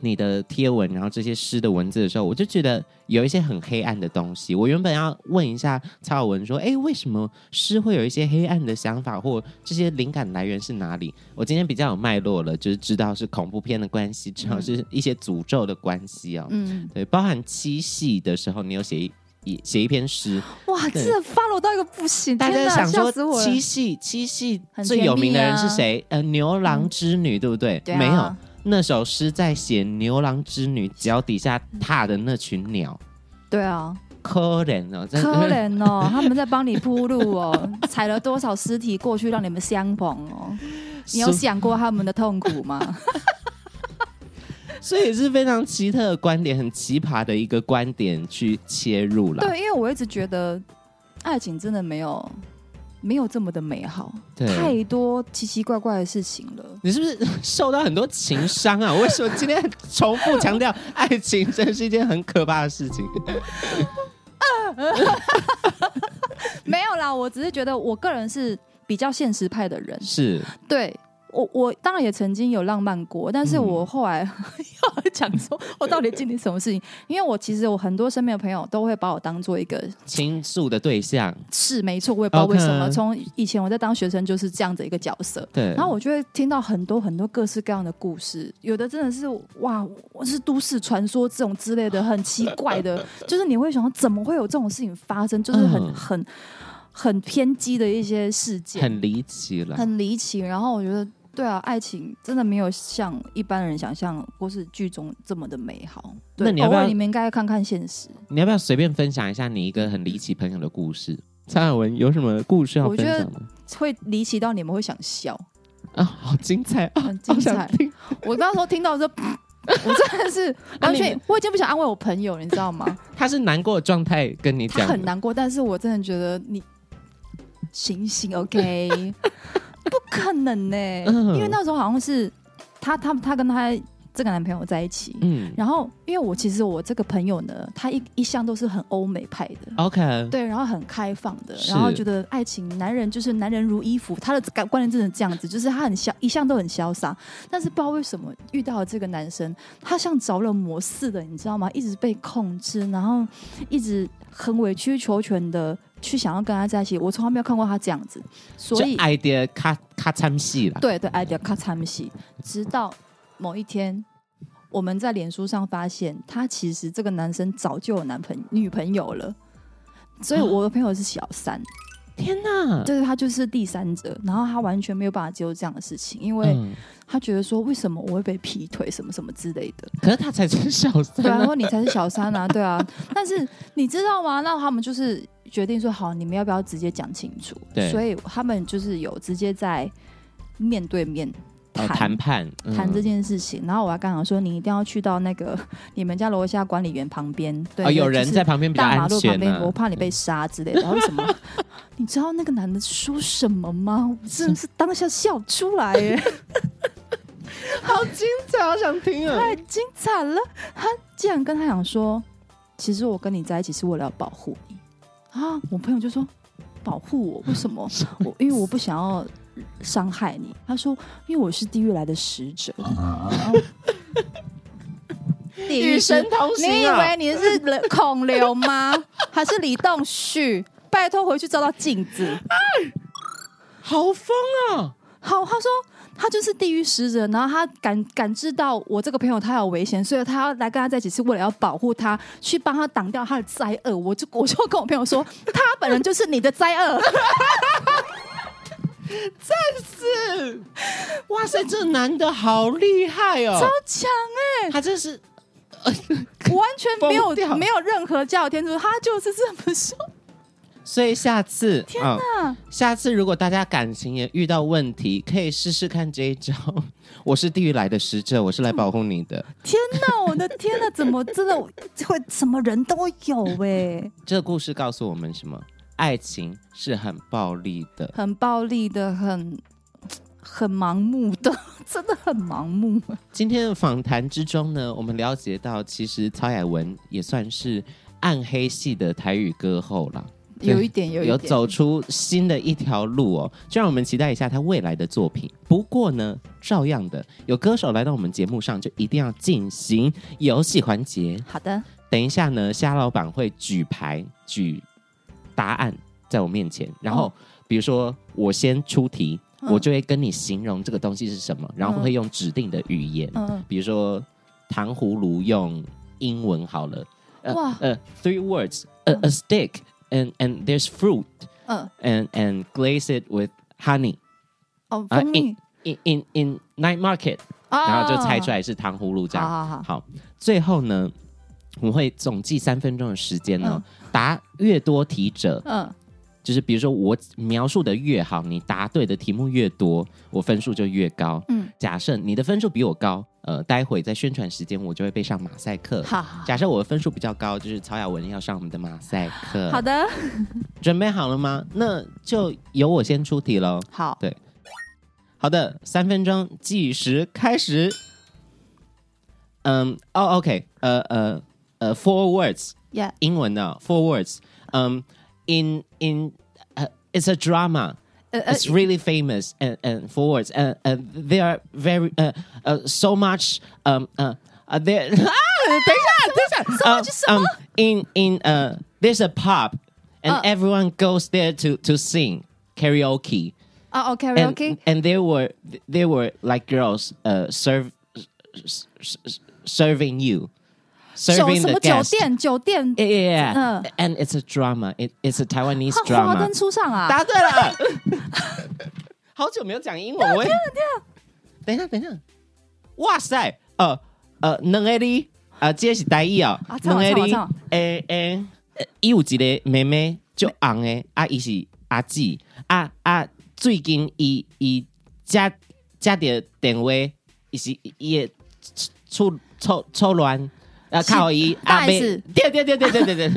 [SPEAKER 2] 你的贴文，然后这些诗的文字的时候，我就觉得有一些很黑暗的东西。我原本要问一下曹晓文说：“哎，为什么诗会有一些黑暗的想法，或这些灵感来源是哪里？”我今天比较有脉络了，就是知道是恐怖片的关系，知道是一些诅咒的关系哦。
[SPEAKER 1] 嗯，
[SPEAKER 2] 对，包含七夕的时候，你有写一一写一篇诗，
[SPEAKER 1] 哇，
[SPEAKER 2] 对
[SPEAKER 1] 真的 follow 到一个不行，
[SPEAKER 2] 大
[SPEAKER 1] 天
[SPEAKER 2] 家
[SPEAKER 1] 哪
[SPEAKER 2] 想
[SPEAKER 1] 吓死
[SPEAKER 2] 说
[SPEAKER 1] 我了
[SPEAKER 2] 七夕，七夕
[SPEAKER 1] 很
[SPEAKER 2] 最
[SPEAKER 1] 甜
[SPEAKER 2] 有名的
[SPEAKER 1] 蜜
[SPEAKER 2] 人
[SPEAKER 1] 啊嗯
[SPEAKER 2] 是谁？呃，牛郎织女，对不对？
[SPEAKER 1] 对啊
[SPEAKER 2] 没有，那首诗在写牛郎织女脚底下踏的那群鸟，
[SPEAKER 1] 对啊。
[SPEAKER 2] 可怜哦，真的
[SPEAKER 1] 可怜哦，他们在帮你铺路哦，踩了多少尸体过去让你们相逢哦？你有
[SPEAKER 2] 所
[SPEAKER 1] 想过他们的痛苦吗？
[SPEAKER 2] 所以是非常奇特的观点，很奇葩的一个观点去切入了。
[SPEAKER 1] 对，因为我一直觉得爱情真的没有没有这么的美好，
[SPEAKER 2] 对
[SPEAKER 1] 太多奇奇怪怪的事情了。
[SPEAKER 2] 你是不是受到很多情伤啊？为什么今天重复强调爱情真是一件很可怕的事 情？
[SPEAKER 1] 没有啦，我只是觉得我个人是比较现实派的人，
[SPEAKER 2] 是
[SPEAKER 1] 对。我我当然也曾经有浪漫过，但
[SPEAKER 2] 嗯
[SPEAKER 1] 是我后来 要讲说，我到底经历什么事情？因为我其实我很多身边的朋友都会把我当做一个
[SPEAKER 2] 倾诉的对象，
[SPEAKER 1] 是没错，我也不知道为什么。
[SPEAKER 2] OK
[SPEAKER 1] 从以前我在当学生就是这样的一个角色，
[SPEAKER 2] 对。
[SPEAKER 1] 然后我就会听到很多很多各式各样的故事，有的真的是哇，我是都市传说这种之类的，很奇怪 的，就是你会想怎么会有这种事情发生，就是很、
[SPEAKER 2] 嗯
[SPEAKER 1] 很很偏激的一些事件，
[SPEAKER 2] 很离奇了，
[SPEAKER 1] 很离奇。然后我觉得。对啊，爱情真的没有像一般人想象或是剧中这么的美好。对，
[SPEAKER 2] 那你要不
[SPEAKER 1] 偶尔
[SPEAKER 2] 要
[SPEAKER 1] 你们应该看看现实。
[SPEAKER 2] 你要不要随便分享一下你一个很离奇朋友的故事？蔡雅文有什么故事要分享吗？
[SPEAKER 1] 会离奇到你们会想 笑，
[SPEAKER 2] 啊，好精彩啊！
[SPEAKER 1] 很精
[SPEAKER 2] 好
[SPEAKER 1] 彩
[SPEAKER 2] 想。听
[SPEAKER 1] 我那时候听 到这，我真的 是完全，我已经不想安慰我朋友，你知道吗？
[SPEAKER 2] 他是难过的状态跟你
[SPEAKER 1] 他
[SPEAKER 2] 讲的，
[SPEAKER 1] 很难过，但是我真的觉得你醒醒，OK，不可能呢、
[SPEAKER 2] 嗯
[SPEAKER 1] 因为那时候好像是他，他，他跟他这个男朋友在一起。
[SPEAKER 2] 嗯
[SPEAKER 1] 然后，因为我其实我这个朋友呢，他一一向都是很欧美派的，
[SPEAKER 2] ，OK，
[SPEAKER 1] 对，然后很开放的，
[SPEAKER 2] 是
[SPEAKER 1] 然后觉得爱情，男人就是男人如衣服，他的感观念真的这样子，就是他很潇，一向都很潇洒。但是不知道为什么遇到了这个男生，他像着了魔似的，你知道吗？一直被控制，然后一直很委曲求全的去想要跟他在一起。我从来没有看过他这样子，所以
[SPEAKER 2] 就 idea 咔咔参戏啦。
[SPEAKER 1] 对对，I d e 咔嚓西。直到某一天，我们在脸书上发现，他其实这个男生早就有男朋女朋友了。所以
[SPEAKER 2] 啊
[SPEAKER 1] 我的朋友是小三，
[SPEAKER 2] 天哪，
[SPEAKER 1] 就是他就是第三者，然后他完全没有办法接受这样的事情，因为
[SPEAKER 2] 嗯，
[SPEAKER 1] 他觉得说为什么我会被劈腿什么什么之类 的，
[SPEAKER 2] 可是他才是小三
[SPEAKER 1] 对啊，然
[SPEAKER 2] 啊，
[SPEAKER 1] 后你才是小三啊，对啊。但是你知道吗？那他们就是决定说好，你们要不要直接讲清楚？
[SPEAKER 2] 对
[SPEAKER 1] 所以他们就是有直接在面对面
[SPEAKER 2] 哦
[SPEAKER 1] 谈。
[SPEAKER 2] 谈判嗯
[SPEAKER 1] 谈这件事情，然后我要跟他说，你一定要去到那个 你们家楼下管理员旁边，对，
[SPEAKER 2] 哦，有
[SPEAKER 1] 就是
[SPEAKER 2] 人在旁边比较
[SPEAKER 1] 大马
[SPEAKER 2] 安
[SPEAKER 1] 路旁
[SPEAKER 2] 全啊嗯
[SPEAKER 1] 边，
[SPEAKER 2] 呢
[SPEAKER 1] 我。怕你被杀之类的，然后什么？ 你知道那个男的说什么吗？我真的是当下笑出来耶，
[SPEAKER 2] 好精彩，好想听啊！
[SPEAKER 1] 太精彩了！他竟然跟他讲说，其实我跟你在一起是为了要保护你啊！我朋友就说，保护我？为什么？我因为我不想要伤害你。他说，因为我是地狱来的使者。 然后地
[SPEAKER 2] 与
[SPEAKER 1] 狱
[SPEAKER 2] 神
[SPEAKER 1] 使
[SPEAKER 2] 同
[SPEAKER 1] 你以
[SPEAKER 2] 行啊
[SPEAKER 1] 为！你是人孔刘吗？还是李栋旭？拜托回去照照镜子。
[SPEAKER 2] 好疯啊！
[SPEAKER 1] 好，他说他就是地狱使者，然后他感感知到我这个朋友他有危险，所以他要来跟他在一起是为了要保护他，去帮他挡掉他的灾厄。我就我就跟我朋 友说，他本人就是你的灾厄。
[SPEAKER 2] 是，哇塞，这男的好厉害哦！
[SPEAKER 1] 强
[SPEAKER 2] 他真是
[SPEAKER 1] 哎，完全没有
[SPEAKER 2] 疯掉
[SPEAKER 1] 没有任何叫天助，他就是这么说。
[SPEAKER 2] 所以下次，
[SPEAKER 1] 天
[SPEAKER 2] 嗯
[SPEAKER 1] 哪！
[SPEAKER 2] 下次如果大家感情也遇到问题，可以试试看这一招。 我是地狱来的使者，我是来保护你的。
[SPEAKER 1] 天哪！我的天哪！怎么真的会什么人都有哎、
[SPEAKER 2] 这个故事告诉我们什么？爱情是很暴力的。
[SPEAKER 1] 很暴力的，很很盲目的， 真的很盲目。
[SPEAKER 2] 今天的访谈之中呢，我们了解到，其实曹雅文也算是暗黑系的台语歌后啦。
[SPEAKER 1] 有一点，有一
[SPEAKER 2] 有
[SPEAKER 1] 点，
[SPEAKER 2] 走出新的一条路哦，就让我们期待一下他未来的作品。不过呢，照样的有歌手来到我们节目上，就一定要进行游戏环节。
[SPEAKER 1] 好的，
[SPEAKER 2] 等一下呢，虾老板会举牌举答案在我面前，然后、
[SPEAKER 1] 哦
[SPEAKER 2] 比如说我先出题，
[SPEAKER 1] 嗯
[SPEAKER 2] 我就会跟你形容这个东西是什么，然后
[SPEAKER 1] 嗯
[SPEAKER 2] 会用指定的语言，
[SPEAKER 1] 嗯，
[SPEAKER 2] 比如说糖葫芦用英文好了，
[SPEAKER 1] 哇
[SPEAKER 2] 呃，three words，a a stick and and there's fruit
[SPEAKER 1] 嗯，
[SPEAKER 2] and and glaze it with honey
[SPEAKER 1] 哦，
[SPEAKER 2] 啊
[SPEAKER 1] 蜂蜜
[SPEAKER 2] in in in night market，、
[SPEAKER 1] 啊
[SPEAKER 2] 然后就猜出来是糖葫芦这样。
[SPEAKER 1] 好好好
[SPEAKER 2] 最后呢，我们会总计三分钟的时间呢、答越多题者，
[SPEAKER 1] 嗯，
[SPEAKER 2] 就是比如说我描述的越好，你答对的题目越多，我分数就越高。
[SPEAKER 1] 嗯，
[SPEAKER 2] 假设你的分数比我高，呃，待会在宣传时间我就会被上马赛克。
[SPEAKER 1] 好好
[SPEAKER 2] 假设我的分数比较高，就是曹雅文要上我们的马赛克。
[SPEAKER 1] 嗯好，的，
[SPEAKER 2] 准备好了吗？那就由我先出题喽。
[SPEAKER 1] 好，
[SPEAKER 2] 好的，三分钟计时开始。嗯，哦，OK，呃呃呃，four words，
[SPEAKER 1] Yeah
[SPEAKER 2] 英文的 four words。嗯，in in，呃，it's a drama。
[SPEAKER 1] 呃呃
[SPEAKER 2] It's really famous and and four words and and they are very uh uh so much um uh uh there
[SPEAKER 1] 呃
[SPEAKER 2] 啊等一下等一下 so
[SPEAKER 1] much 什么？
[SPEAKER 2] um in in uh there's a pub and
[SPEAKER 1] 嗯。
[SPEAKER 2] everyone goes there to to sing karaoke
[SPEAKER 1] 啊，OK
[SPEAKER 2] and
[SPEAKER 1] OK，
[SPEAKER 2] and there were there were like girls uh serve s- s- s- serving you
[SPEAKER 1] 酒
[SPEAKER 2] serving
[SPEAKER 1] 什
[SPEAKER 2] the
[SPEAKER 1] 么酒
[SPEAKER 2] guest
[SPEAKER 1] 店？酒店
[SPEAKER 2] yeah yeah, yeah.
[SPEAKER 1] 嗯
[SPEAKER 2] and it's a drama it it's a Taiwanese
[SPEAKER 1] 啊
[SPEAKER 2] drama
[SPEAKER 1] 华灯初上啊，
[SPEAKER 2] 答对了。 好久没有讲英文，我也。
[SPEAKER 1] 啊
[SPEAKER 2] 等一下，等一下，哇塞，呃呃，能 A D 啊，这是台语哦
[SPEAKER 1] 啊，唱
[SPEAKER 2] 能
[SPEAKER 1] 完
[SPEAKER 2] A
[SPEAKER 1] 唱完
[SPEAKER 2] D
[SPEAKER 1] 唱完
[SPEAKER 2] 诶诶，伊呃有一个妹妹就红诶，啊，伊是阿姊，啊啊，最近伊伊接接着电话，伊是伊的出出出乱。啊，靠伊
[SPEAKER 1] 大
[SPEAKER 2] 阿妹，
[SPEAKER 1] S
[SPEAKER 2] 对对对对对对对，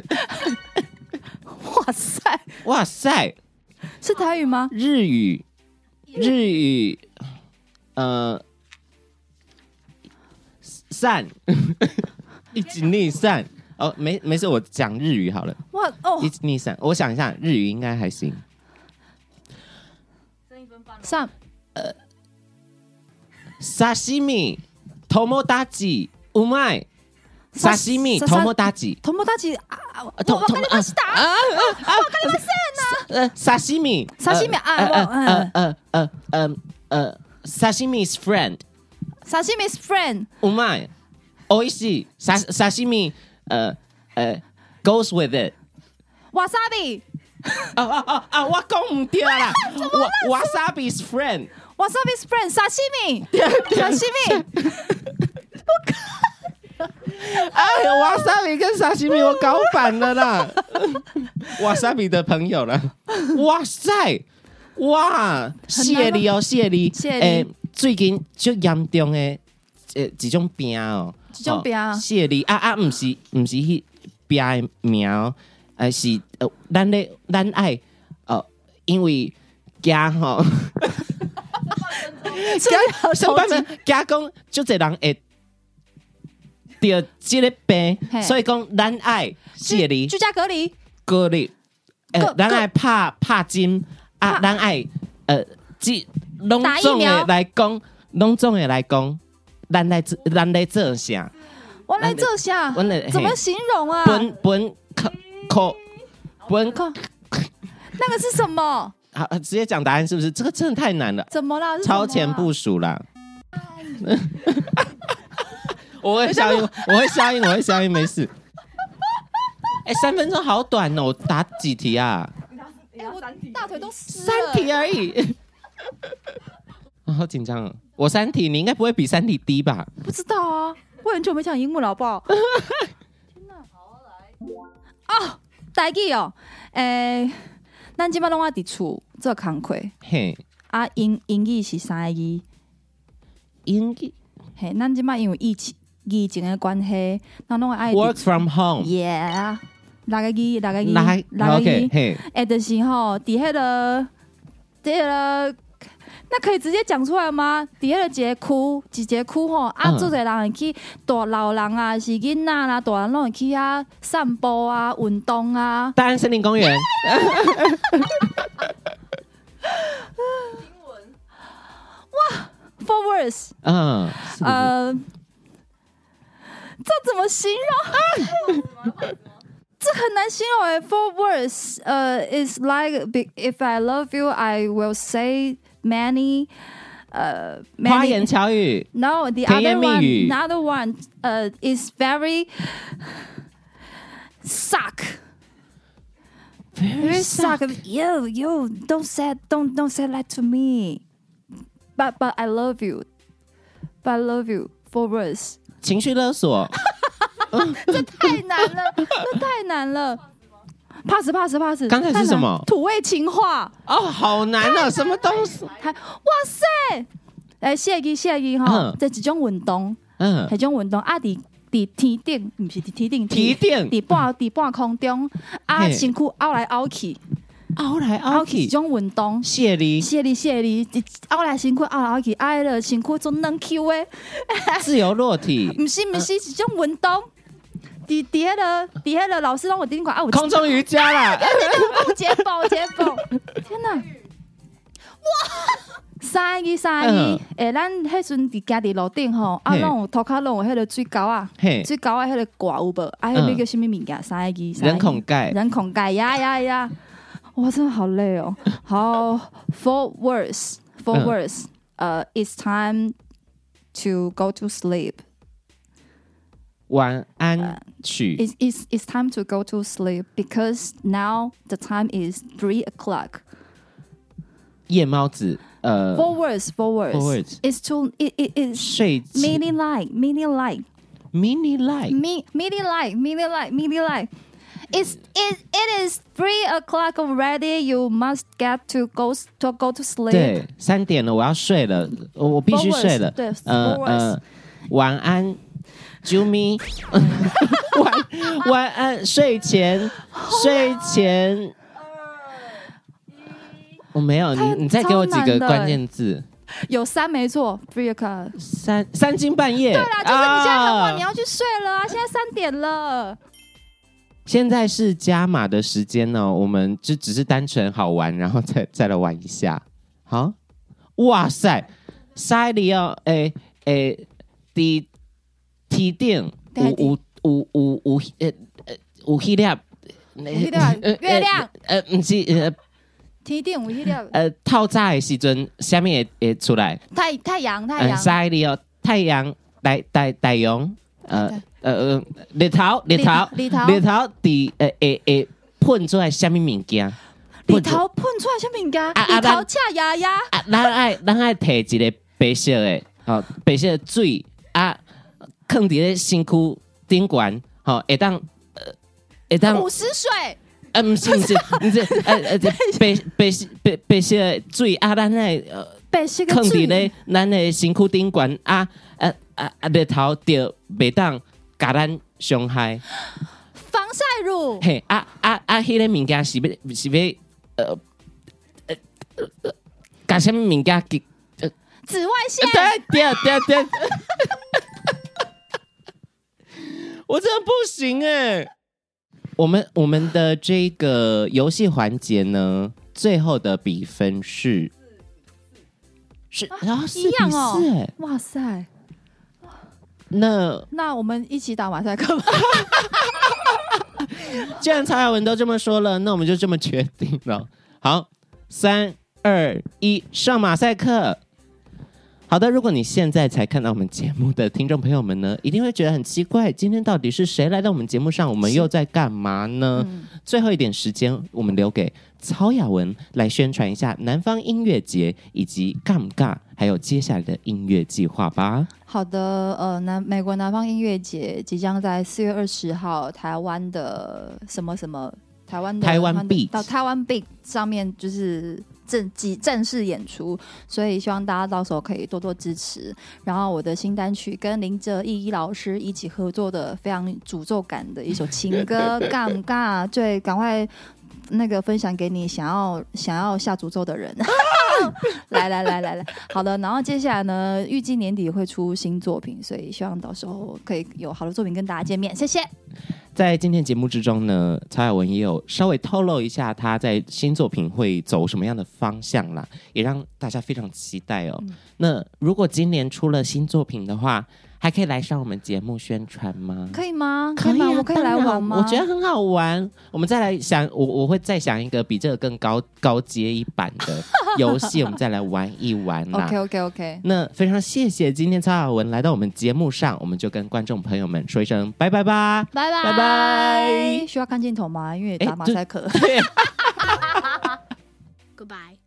[SPEAKER 1] 哇塞，
[SPEAKER 2] 哇塞，
[SPEAKER 1] 是台语吗？
[SPEAKER 2] 日语，日语，呃，散， 一起逆散。哦，没没事，我讲日语好了。
[SPEAKER 1] 哇哦
[SPEAKER 2] 一，起逆散，我想一下，日语应该还行。
[SPEAKER 1] 上
[SPEAKER 2] 沙西米、头摩达吉、うまい。沙西米、头摩达吉、
[SPEAKER 1] 同胞大吉啊，我
[SPEAKER 2] 头
[SPEAKER 1] 我
[SPEAKER 2] 头
[SPEAKER 1] 跟你
[SPEAKER 2] 啊
[SPEAKER 1] 们是打
[SPEAKER 2] 啊啊！呃，沙西米，
[SPEAKER 1] 沙西米
[SPEAKER 2] 呃
[SPEAKER 1] 啊
[SPEAKER 2] 呃呃呃呃呃呃，沙西米 is friend，
[SPEAKER 1] 沙西米 friend，
[SPEAKER 2] うまい。美味しい。沙沙西米，呃呃，goes uh, with it。
[SPEAKER 1] 瓦萨比，
[SPEAKER 2] 啊啊啊啊！我讲唔对 啦，我 wasabi is friend。
[SPEAKER 1] 瓦萨比 friend，沙西 米，沙西米，
[SPEAKER 2] 哎，wasabi 跟沙西米我搞反了 啦。wasabi 的朋友了，哇塞，哇，谢你哦，谢你，
[SPEAKER 1] 谢你
[SPEAKER 2] 诶最近最严重的诶几种病哦，
[SPEAKER 1] 几种病
[SPEAKER 2] 哦谢你啊啊，唔是唔是迄病的名哦，诶是呃，咱咧咱爱哦，因为惊 吼。
[SPEAKER 1] 这
[SPEAKER 2] 上班们加讲，就这人会得这个病，
[SPEAKER 1] 嘿
[SPEAKER 2] 所以讲咱爱谢你
[SPEAKER 1] 居家隔离，
[SPEAKER 2] 隔离，
[SPEAKER 1] 各
[SPEAKER 2] 呃，咱
[SPEAKER 1] 各
[SPEAKER 2] 爱拍拍针啊，
[SPEAKER 1] 拍
[SPEAKER 2] 咱爱呃，即拢
[SPEAKER 1] 打疫
[SPEAKER 2] 总的
[SPEAKER 1] 苗
[SPEAKER 2] 来讲，拢总的来讲，咱来做咱来做啥？
[SPEAKER 1] 啊我来这下
[SPEAKER 2] 我来，
[SPEAKER 1] 怎么
[SPEAKER 2] 嘿
[SPEAKER 1] 形容啊？
[SPEAKER 2] 本本科
[SPEAKER 1] 嗯
[SPEAKER 2] 科本
[SPEAKER 1] 靠，那个是什么？
[SPEAKER 2] 好，呃直接讲答案是不是？这个真的太难了。
[SPEAKER 1] 怎么啦？是什么啊
[SPEAKER 2] 超前部 署啦。我会消音，我会消音，我会消音，没 事。哎、三分钟好短哦，我答几题啊？
[SPEAKER 1] 哎，我大腿都湿了。
[SPEAKER 2] 三题而已。啊好紧 张哦！我三题，你应该不会比三题低吧？
[SPEAKER 1] 不知道啊，我很久没讲英文了，好不 好？天哪，好来哦，大记哦，诶、咱即摆拢我伫厝做工课，
[SPEAKER 2] 嘿，
[SPEAKER 1] 啊，英英语是三个字，
[SPEAKER 2] 英语
[SPEAKER 1] 嘿，咱即摆因为疫情疫情的关系，咱拢爱
[SPEAKER 2] work from home，
[SPEAKER 1] yeah，六个字，六个字，
[SPEAKER 2] 来
[SPEAKER 1] 六个字，
[SPEAKER 2] 哦，OK，
[SPEAKER 1] 诶、
[SPEAKER 2] 嘿，
[SPEAKER 1] 就是吼，伫迄、个，伫迄、个。那可以直接讲出来吗？底下的一个区，一个区吼，啊，
[SPEAKER 2] 嗯
[SPEAKER 1] 做侪人会去大老人啊，是囡仔啦，大人拢会去啊散步啊，运动啊，
[SPEAKER 2] 大安森林 公园，
[SPEAKER 1] forwards，
[SPEAKER 2] 嗯，
[SPEAKER 1] 呃，这怎么形容？ 这很难形容诶。Four words，呃、i t s like be- if I love you, I will say many，呃、m
[SPEAKER 2] 花
[SPEAKER 1] a n
[SPEAKER 2] 言
[SPEAKER 1] y
[SPEAKER 2] 巧语，
[SPEAKER 1] No, the
[SPEAKER 2] 甜
[SPEAKER 1] other
[SPEAKER 2] 言蜜
[SPEAKER 1] one,
[SPEAKER 2] 语
[SPEAKER 1] the other one, uh, is very suck. Very suck. You, you don't say, don't, don't say that to me. But, but I love you. But I love you for words.
[SPEAKER 2] 情绪勒 索，
[SPEAKER 1] 太难 了，这太难了。pass pass pass。
[SPEAKER 2] 刚才是什
[SPEAKER 1] 太难
[SPEAKER 2] 么
[SPEAKER 1] 了土味情话。
[SPEAKER 2] 哦，好难哦，什么东西？
[SPEAKER 1] 还哇塞！哎，谢机谢机哈
[SPEAKER 2] 嗯，
[SPEAKER 1] 这几种运动。
[SPEAKER 2] 嗯，
[SPEAKER 1] 迄种运动啊，伫伫天顶，毋是伫天顶，
[SPEAKER 2] 提电
[SPEAKER 1] 伫半伫半空中啊，
[SPEAKER 2] 嗯嘿
[SPEAKER 1] 身躯凹来凹去，
[SPEAKER 2] 凹来凹去
[SPEAKER 1] 即，种运动。
[SPEAKER 2] 谢 你
[SPEAKER 1] 谢你谢你，一凹来身躯凹来凹去，啊，迄个身躯做软 Q 的，
[SPEAKER 2] 自由落 体，
[SPEAKER 1] 毋是毋是，一种运动。伫伫迄个伫迄个老师拢有顶管啊，有
[SPEAKER 2] 空中瑜伽 啦，
[SPEAKER 1] 解剖解 剖，天哪！哇，三二三二
[SPEAKER 2] 嗯，
[SPEAKER 1] 诶，咱迄阵伫家己楼顶吼，啊，
[SPEAKER 2] 嘿
[SPEAKER 1] 拢有涂骹拢有迄个水沟啊。
[SPEAKER 2] 嘿，
[SPEAKER 1] 最高的迄个挂有无？啊，迄个叫什物物件？三个字，三个字
[SPEAKER 2] 人孔盖
[SPEAKER 1] 人孔盖呀呀呀！哇，真的好累哦。好，four words，four
[SPEAKER 2] 嗯
[SPEAKER 1] words。呃，it's time to go to sleep。
[SPEAKER 2] 晚安曲，
[SPEAKER 1] It's it's it's time to go to sleep because now the time is three o'clock.
[SPEAKER 2] 夜猫子，呃，
[SPEAKER 1] Four words, four
[SPEAKER 2] Four words
[SPEAKER 1] words. It's too it it is
[SPEAKER 2] 睡前
[SPEAKER 1] mini light, mini light.
[SPEAKER 2] mini light，
[SPEAKER 1] Me, mini light, mini light, mini light. It's it it is three o'clock already. You must get to go s- to go to sleep.
[SPEAKER 2] 对，三点了，我要睡了，我我必须
[SPEAKER 1] Forwards，
[SPEAKER 2] 睡了，
[SPEAKER 1] 嗯对
[SPEAKER 2] 呃
[SPEAKER 1] forwards
[SPEAKER 2] 呃，晚安，Jumi，晚晚安，睡前睡前，我没有，哦
[SPEAKER 1] 太
[SPEAKER 2] 你你再给我几
[SPEAKER 1] 超
[SPEAKER 2] 个
[SPEAKER 1] 难的
[SPEAKER 2] 关键字，
[SPEAKER 1] 有三没错，three o'clock。
[SPEAKER 2] 三三更半夜，对
[SPEAKER 1] 对啦，就是你现在很晚，你
[SPEAKER 2] 要
[SPEAKER 1] 要去睡了啊！现在三点了，
[SPEAKER 2] 现在是加码的时间呢、我们就只是单纯好玩，然后再再来玩一下。好，哇塞，塞里奥，诶诶，的提定
[SPEAKER 1] 对
[SPEAKER 2] 五五五五五呃呃五黑亮，
[SPEAKER 1] 黑亮
[SPEAKER 2] 呃
[SPEAKER 1] 月亮，
[SPEAKER 2] 呃，不是呃
[SPEAKER 1] 天电五一六，
[SPEAKER 2] 呃，透早的时阵，下面会会出来，
[SPEAKER 1] 太太阳太
[SPEAKER 2] 嗯，
[SPEAKER 1] 阳，
[SPEAKER 2] 晒里哦，太阳，大大大阳，呃呃呃，日头日头
[SPEAKER 1] 日头
[SPEAKER 2] 日头，伫呃会会喷出来什么物件？
[SPEAKER 1] 里
[SPEAKER 2] 喷出
[SPEAKER 1] 头喷出来什么干
[SPEAKER 2] 啊？啊
[SPEAKER 1] 里头
[SPEAKER 2] 咱
[SPEAKER 1] 恰牙牙，
[SPEAKER 2] 啊，咱爱咱爱摕一个白色的，吼、白色的水啊，放伫咧身躯顶悬，吼、会当呃会当
[SPEAKER 1] 五十水，
[SPEAKER 2] 啊，毋是毋是毋是，呃呃，这白白白白色的水啊，咱爱呃。
[SPEAKER 1] 被是个
[SPEAKER 2] 放
[SPEAKER 1] 字
[SPEAKER 2] 伫咧咱的身躯顶悬啊啊啊啊！日头着袂当甲咱伤害，
[SPEAKER 1] 防晒乳，
[SPEAKER 2] 嘿啊啊啊！迄、个物件是要是要呃呃呃甲啥物物件给？
[SPEAKER 1] 紫外线
[SPEAKER 2] 对，对对对， 我真的不行哎、我们我们的这个游戏环节呢，最后的比分是是然后四
[SPEAKER 1] 一
[SPEAKER 2] 比
[SPEAKER 1] 样
[SPEAKER 2] 四、
[SPEAKER 1] 哦
[SPEAKER 2] 欸，
[SPEAKER 1] 哇塞！
[SPEAKER 2] 那
[SPEAKER 1] 那我们一起打马赛克吧。
[SPEAKER 2] 既然曹雅文都这么说了，那我们就这么决定了。好，三二一，上马赛克。好的，如果你现在才看到我们节目的听众朋友们呢，一定会觉得很奇怪，今天到底是谁来到我们节目上？我们又在干嘛呢？最后一点时间，我们留给曹雅文来宣传一下南方音乐节以及尴尬，还有接下来的音乐计划吧。
[SPEAKER 1] 好的，呃，南美国南方音乐节即将在四月二十号台湾的什么什么台湾的
[SPEAKER 2] 台湾
[SPEAKER 1] 的
[SPEAKER 2] Beat
[SPEAKER 1] 到台湾 Big 上面就是正即正式演出，所以希望大家到时候可以多多支持。然后我的新单曲跟林哲毅老师一起合作的非常诅咒感的一首情 歌《尴尬》，对，赶快。那个分享给你想要想要下诅咒的 人， 来来来来来，好的，然后接下来呢，预计年底会出新作品，所以希望到时候可以有好的作品跟大家
[SPEAKER 2] 嗯
[SPEAKER 1] 见面，谢谢。
[SPEAKER 2] 在今天节目之中呢，曹雅文也有稍微透露一下他在新作品会走什么样的方向啦，也让大家非常期待
[SPEAKER 1] 嗯
[SPEAKER 2] 哦。那如果今年出了新作品的话，还可以来上我们节目宣传吗？
[SPEAKER 1] 可以吗？
[SPEAKER 2] 以
[SPEAKER 1] 吗？
[SPEAKER 2] 啊，
[SPEAKER 1] 我可以来
[SPEAKER 2] 当然
[SPEAKER 1] 玩吗？
[SPEAKER 2] 我觉得很好玩。我们再来想，我我会再想一个比这个更高高阶一版的游戏，我们再来玩一玩 啦。
[SPEAKER 1] OK OK OK，
[SPEAKER 2] 那非常谢谢今天曹雅文来到我们节目上，我们就跟观众朋友们说一声拜拜吧。
[SPEAKER 1] 拜拜
[SPEAKER 2] 拜拜
[SPEAKER 1] 需要看镜头吗？因为
[SPEAKER 2] 哎
[SPEAKER 1] 打马
[SPEAKER 2] 对
[SPEAKER 1] 赛克。
[SPEAKER 4] Goodbye.